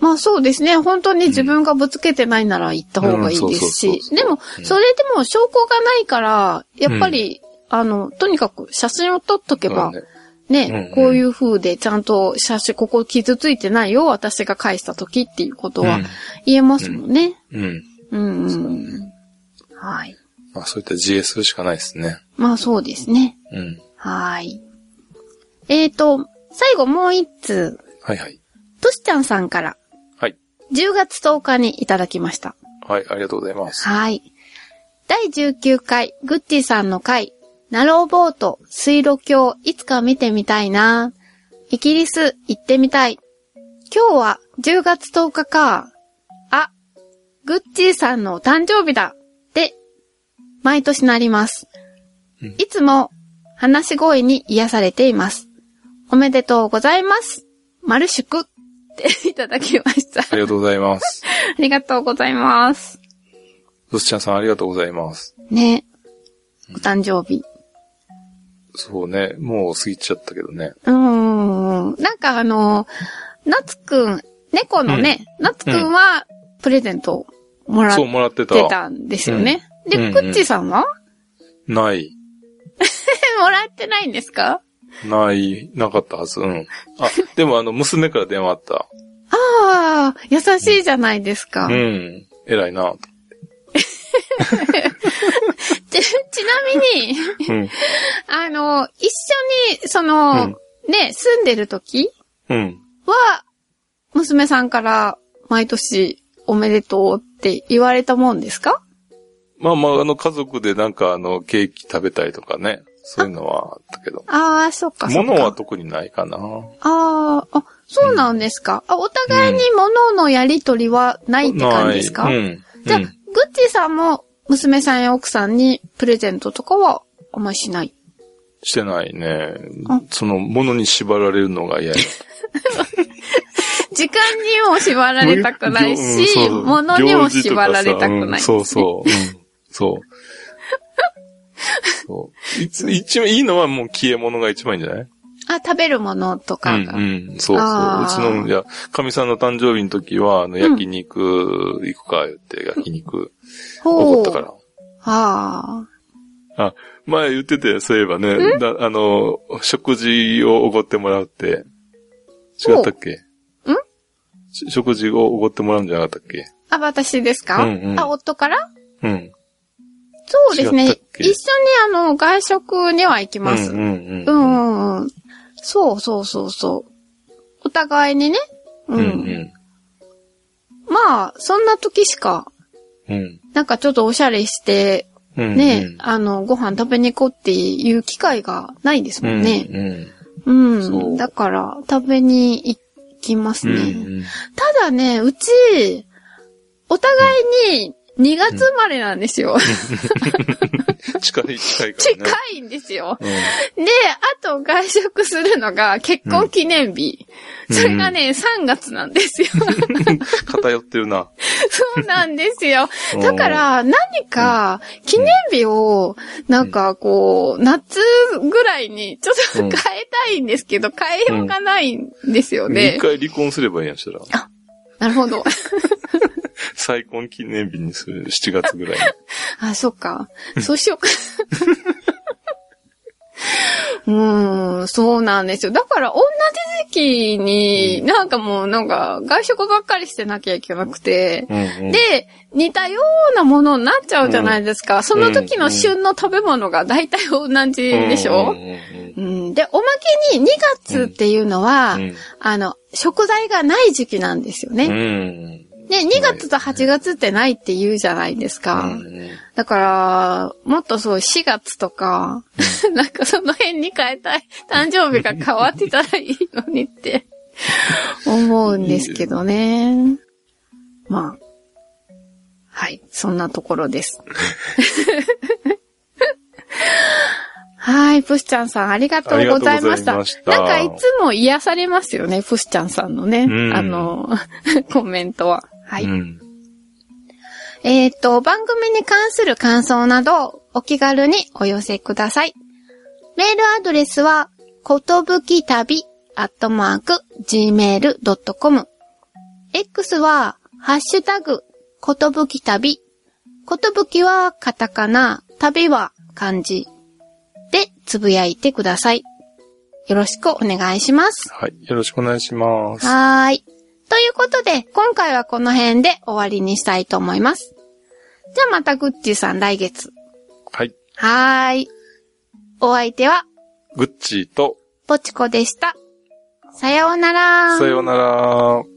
S1: まあそうですね。本当に自分がぶつけてないなら行った方がいいです
S2: うんうんそうそう
S1: し
S2: そう。そう
S1: でも
S2: う、ん
S1: それでも証拠がないから、やっぱり、あの、とにかく写真を撮っとけ
S2: う。
S1: ば
S2: そう、だね
S1: ね、
S2: うんうん
S1: こういう風でちゃんと写真、ここ傷ついてないよ、私が返した時っていうことは言えますもんね。
S2: うん。
S1: う
S2: うん。
S1: ん、うん、
S2: そうだね
S1: はい。
S2: まあそういった自衛するしかないですね。
S1: まあそうですね。
S2: うん。
S1: はい。えーと、最後もう一通、
S2: はいはい。
S1: としちゃんさんから
S2: はい。
S1: 10月10日にいただきました。
S2: はい、ありがとうございます。
S1: はい。第19回、グッチーさんの回、ナローボート、水路橋、いつか見てみたいな。イギリス、行ってみたい。今日は10月10日か。あ、グッチーさんのお誕生日だ。で、毎年なります
S2: うん。
S1: いつも、話し声に癒されています。おめでとうございます。丸祝っていただきました。
S2: ありがとうございます。
S1: ありがとうございます。
S2: ロスちゃんさんありがとうございます。
S1: ね。お誕生日。
S2: そうね、もう過ぎちゃったけどね。
S1: うーん。なんかあの、なつくん、猫のね、なつくんはプレゼントをもらっ
S2: そう、もらってた。
S1: てたんですよね。で、
S2: うんうん
S1: くっちさんは
S2: ない。
S1: もらってないんですか
S2: ない、なかったはず。うん。 あ、でもあの、娘から電話あった。
S1: ああ、優しいじゃないですか。
S2: うん。偉いな。
S1: ち、ちなみに、
S2: うん。
S1: あの、一緒に、その、
S2: うん
S1: ね、住んでる時
S2: うん。
S1: は、娘さんから毎年おめでとうって言われたもんですか
S2: まあまあ、あの、家族でなんかあの、ケーキ食べたりとかね。そういうのはあったけど。
S1: ああ、そっか、そっか。
S2: 物は特にないかな。
S1: ああ、あ、そうなんですか。あ、お互いに物のやりとりはないって感じですか、
S2: ないうん。
S1: じゃあ、
S2: う
S1: グッ
S2: ん
S1: チーさんも娘さんや奥さんにプレゼントとかはあんまりしない。
S2: してないね
S1: あ。
S2: その、物に縛られるのが嫌や。
S1: 時間にも縛られたくないし、
S2: うん
S1: 物にも縛られたく
S2: 行
S1: ない。
S2: 事とかさうんそうそう。うんそう。一番いいのはもう消え物が一番いいんじゃない
S1: あ、食べるものとかが。
S2: うん、うん、そうそう。
S1: あ
S2: うち
S1: ー
S2: の、いや、神さんの誕生日の時は、あの、
S1: ん
S2: 焼肉行くか、言って、焼肉、
S1: ほう。
S2: 怒ったから。
S1: ああ。
S2: 前言ってたよ、そういえばね。だあの、食事をおごってもらうって。違ったっけ
S1: ほう
S2: し食事をおごってもらうんじゃなかったっけ
S1: あ、私ですか、
S2: うんうん
S1: あ、夫から
S2: うん。
S1: そうですね。
S2: 違っ
S1: 一
S2: たっけ
S1: 緒にあの、外食には行き
S2: うんう
S1: ます。
S2: ん
S1: う
S2: うん。うん
S1: んうんうん。そうそうそうそう。お互いにね。うん。
S2: うん。
S1: まあ、そんな時しか、
S2: うん。
S1: なんかちょっとおしゃれして、
S2: うん。
S1: ね、あの、ご飯食べに行こうっていう機会がないです
S2: う
S1: も
S2: ん。
S1: んね。
S2: うん。
S1: うん。
S2: そう
S1: だから、食べに行きます
S2: う
S1: ね。
S2: ん。
S1: ただね、うち、お互いに2月生まれなんですよ。
S2: 近い、近いか ら
S1: 近
S2: ね。
S1: いんですよ。
S2: うん。
S1: で、あと外食するのが結婚記念日。
S2: うん
S1: それがね、3月なんですよ。
S2: 偏ってるな。
S1: そうなんですよ。
S2: うん
S1: だか、ら、何か、記念日を、なんかこう、夏ぐらいに、ちょっと
S2: う
S1: 変
S2: ん
S1: えたいんですけど、変えようがないんですよ ね
S2: 一。回離婚すればいいやんしたら。
S1: なるほど。
S2: 再婚記念日にする、7月ぐらいに。
S1: あ、そっか。そうしようか。うーん、そうなんですよ。だから、同じ時期に、なんかもう、なんか、外食ばっかりしてなきゃいけなくて、
S2: うんうん、
S1: で、似たようなものになっちゃうじゃないですか。その時の旬の食べ物が大体同じでしょ、
S2: うんうんうん
S1: うんで、おまけに2月っていうのは、
S2: うん
S1: あの、食材がない時期なんですよね。
S2: うん。
S1: で、2月と8月ってないって言うじゃないですか。
S2: うん
S1: だから、もっとそう、4月とか、なんかその辺に変えたい、誕生日が変わってたらいいのにって、思うんですけどね。まあ。はい、そんなところです。 はい、プスちゃんさん、ありがとうございました。
S2: ありがとうございました
S1: なんかいつも癒されますよね、プスちゃんさんのね、
S2: うん
S1: あの、 コメントは。はい。
S2: うん
S1: えっ、と、番組に関する感想など、お気軽にお寄せください。メールアドレスは、ことぶき旅、アットマーク、gmail.com。X は、ハッシュタグ、ことぶき旅。ことぶきはカタカナ、旅は漢字。で、つぶやいてください。よろしくお願いします。
S2: はい。よろしくお願いします。
S1: はーい。ということで、今回はこの辺で終わりにしたいと思います。じゃあまたグッチーさん来月。
S2: はい。
S1: はーい。お相手は、
S2: グッチーと、
S1: ポチコでした。さようなら。
S2: さようなら。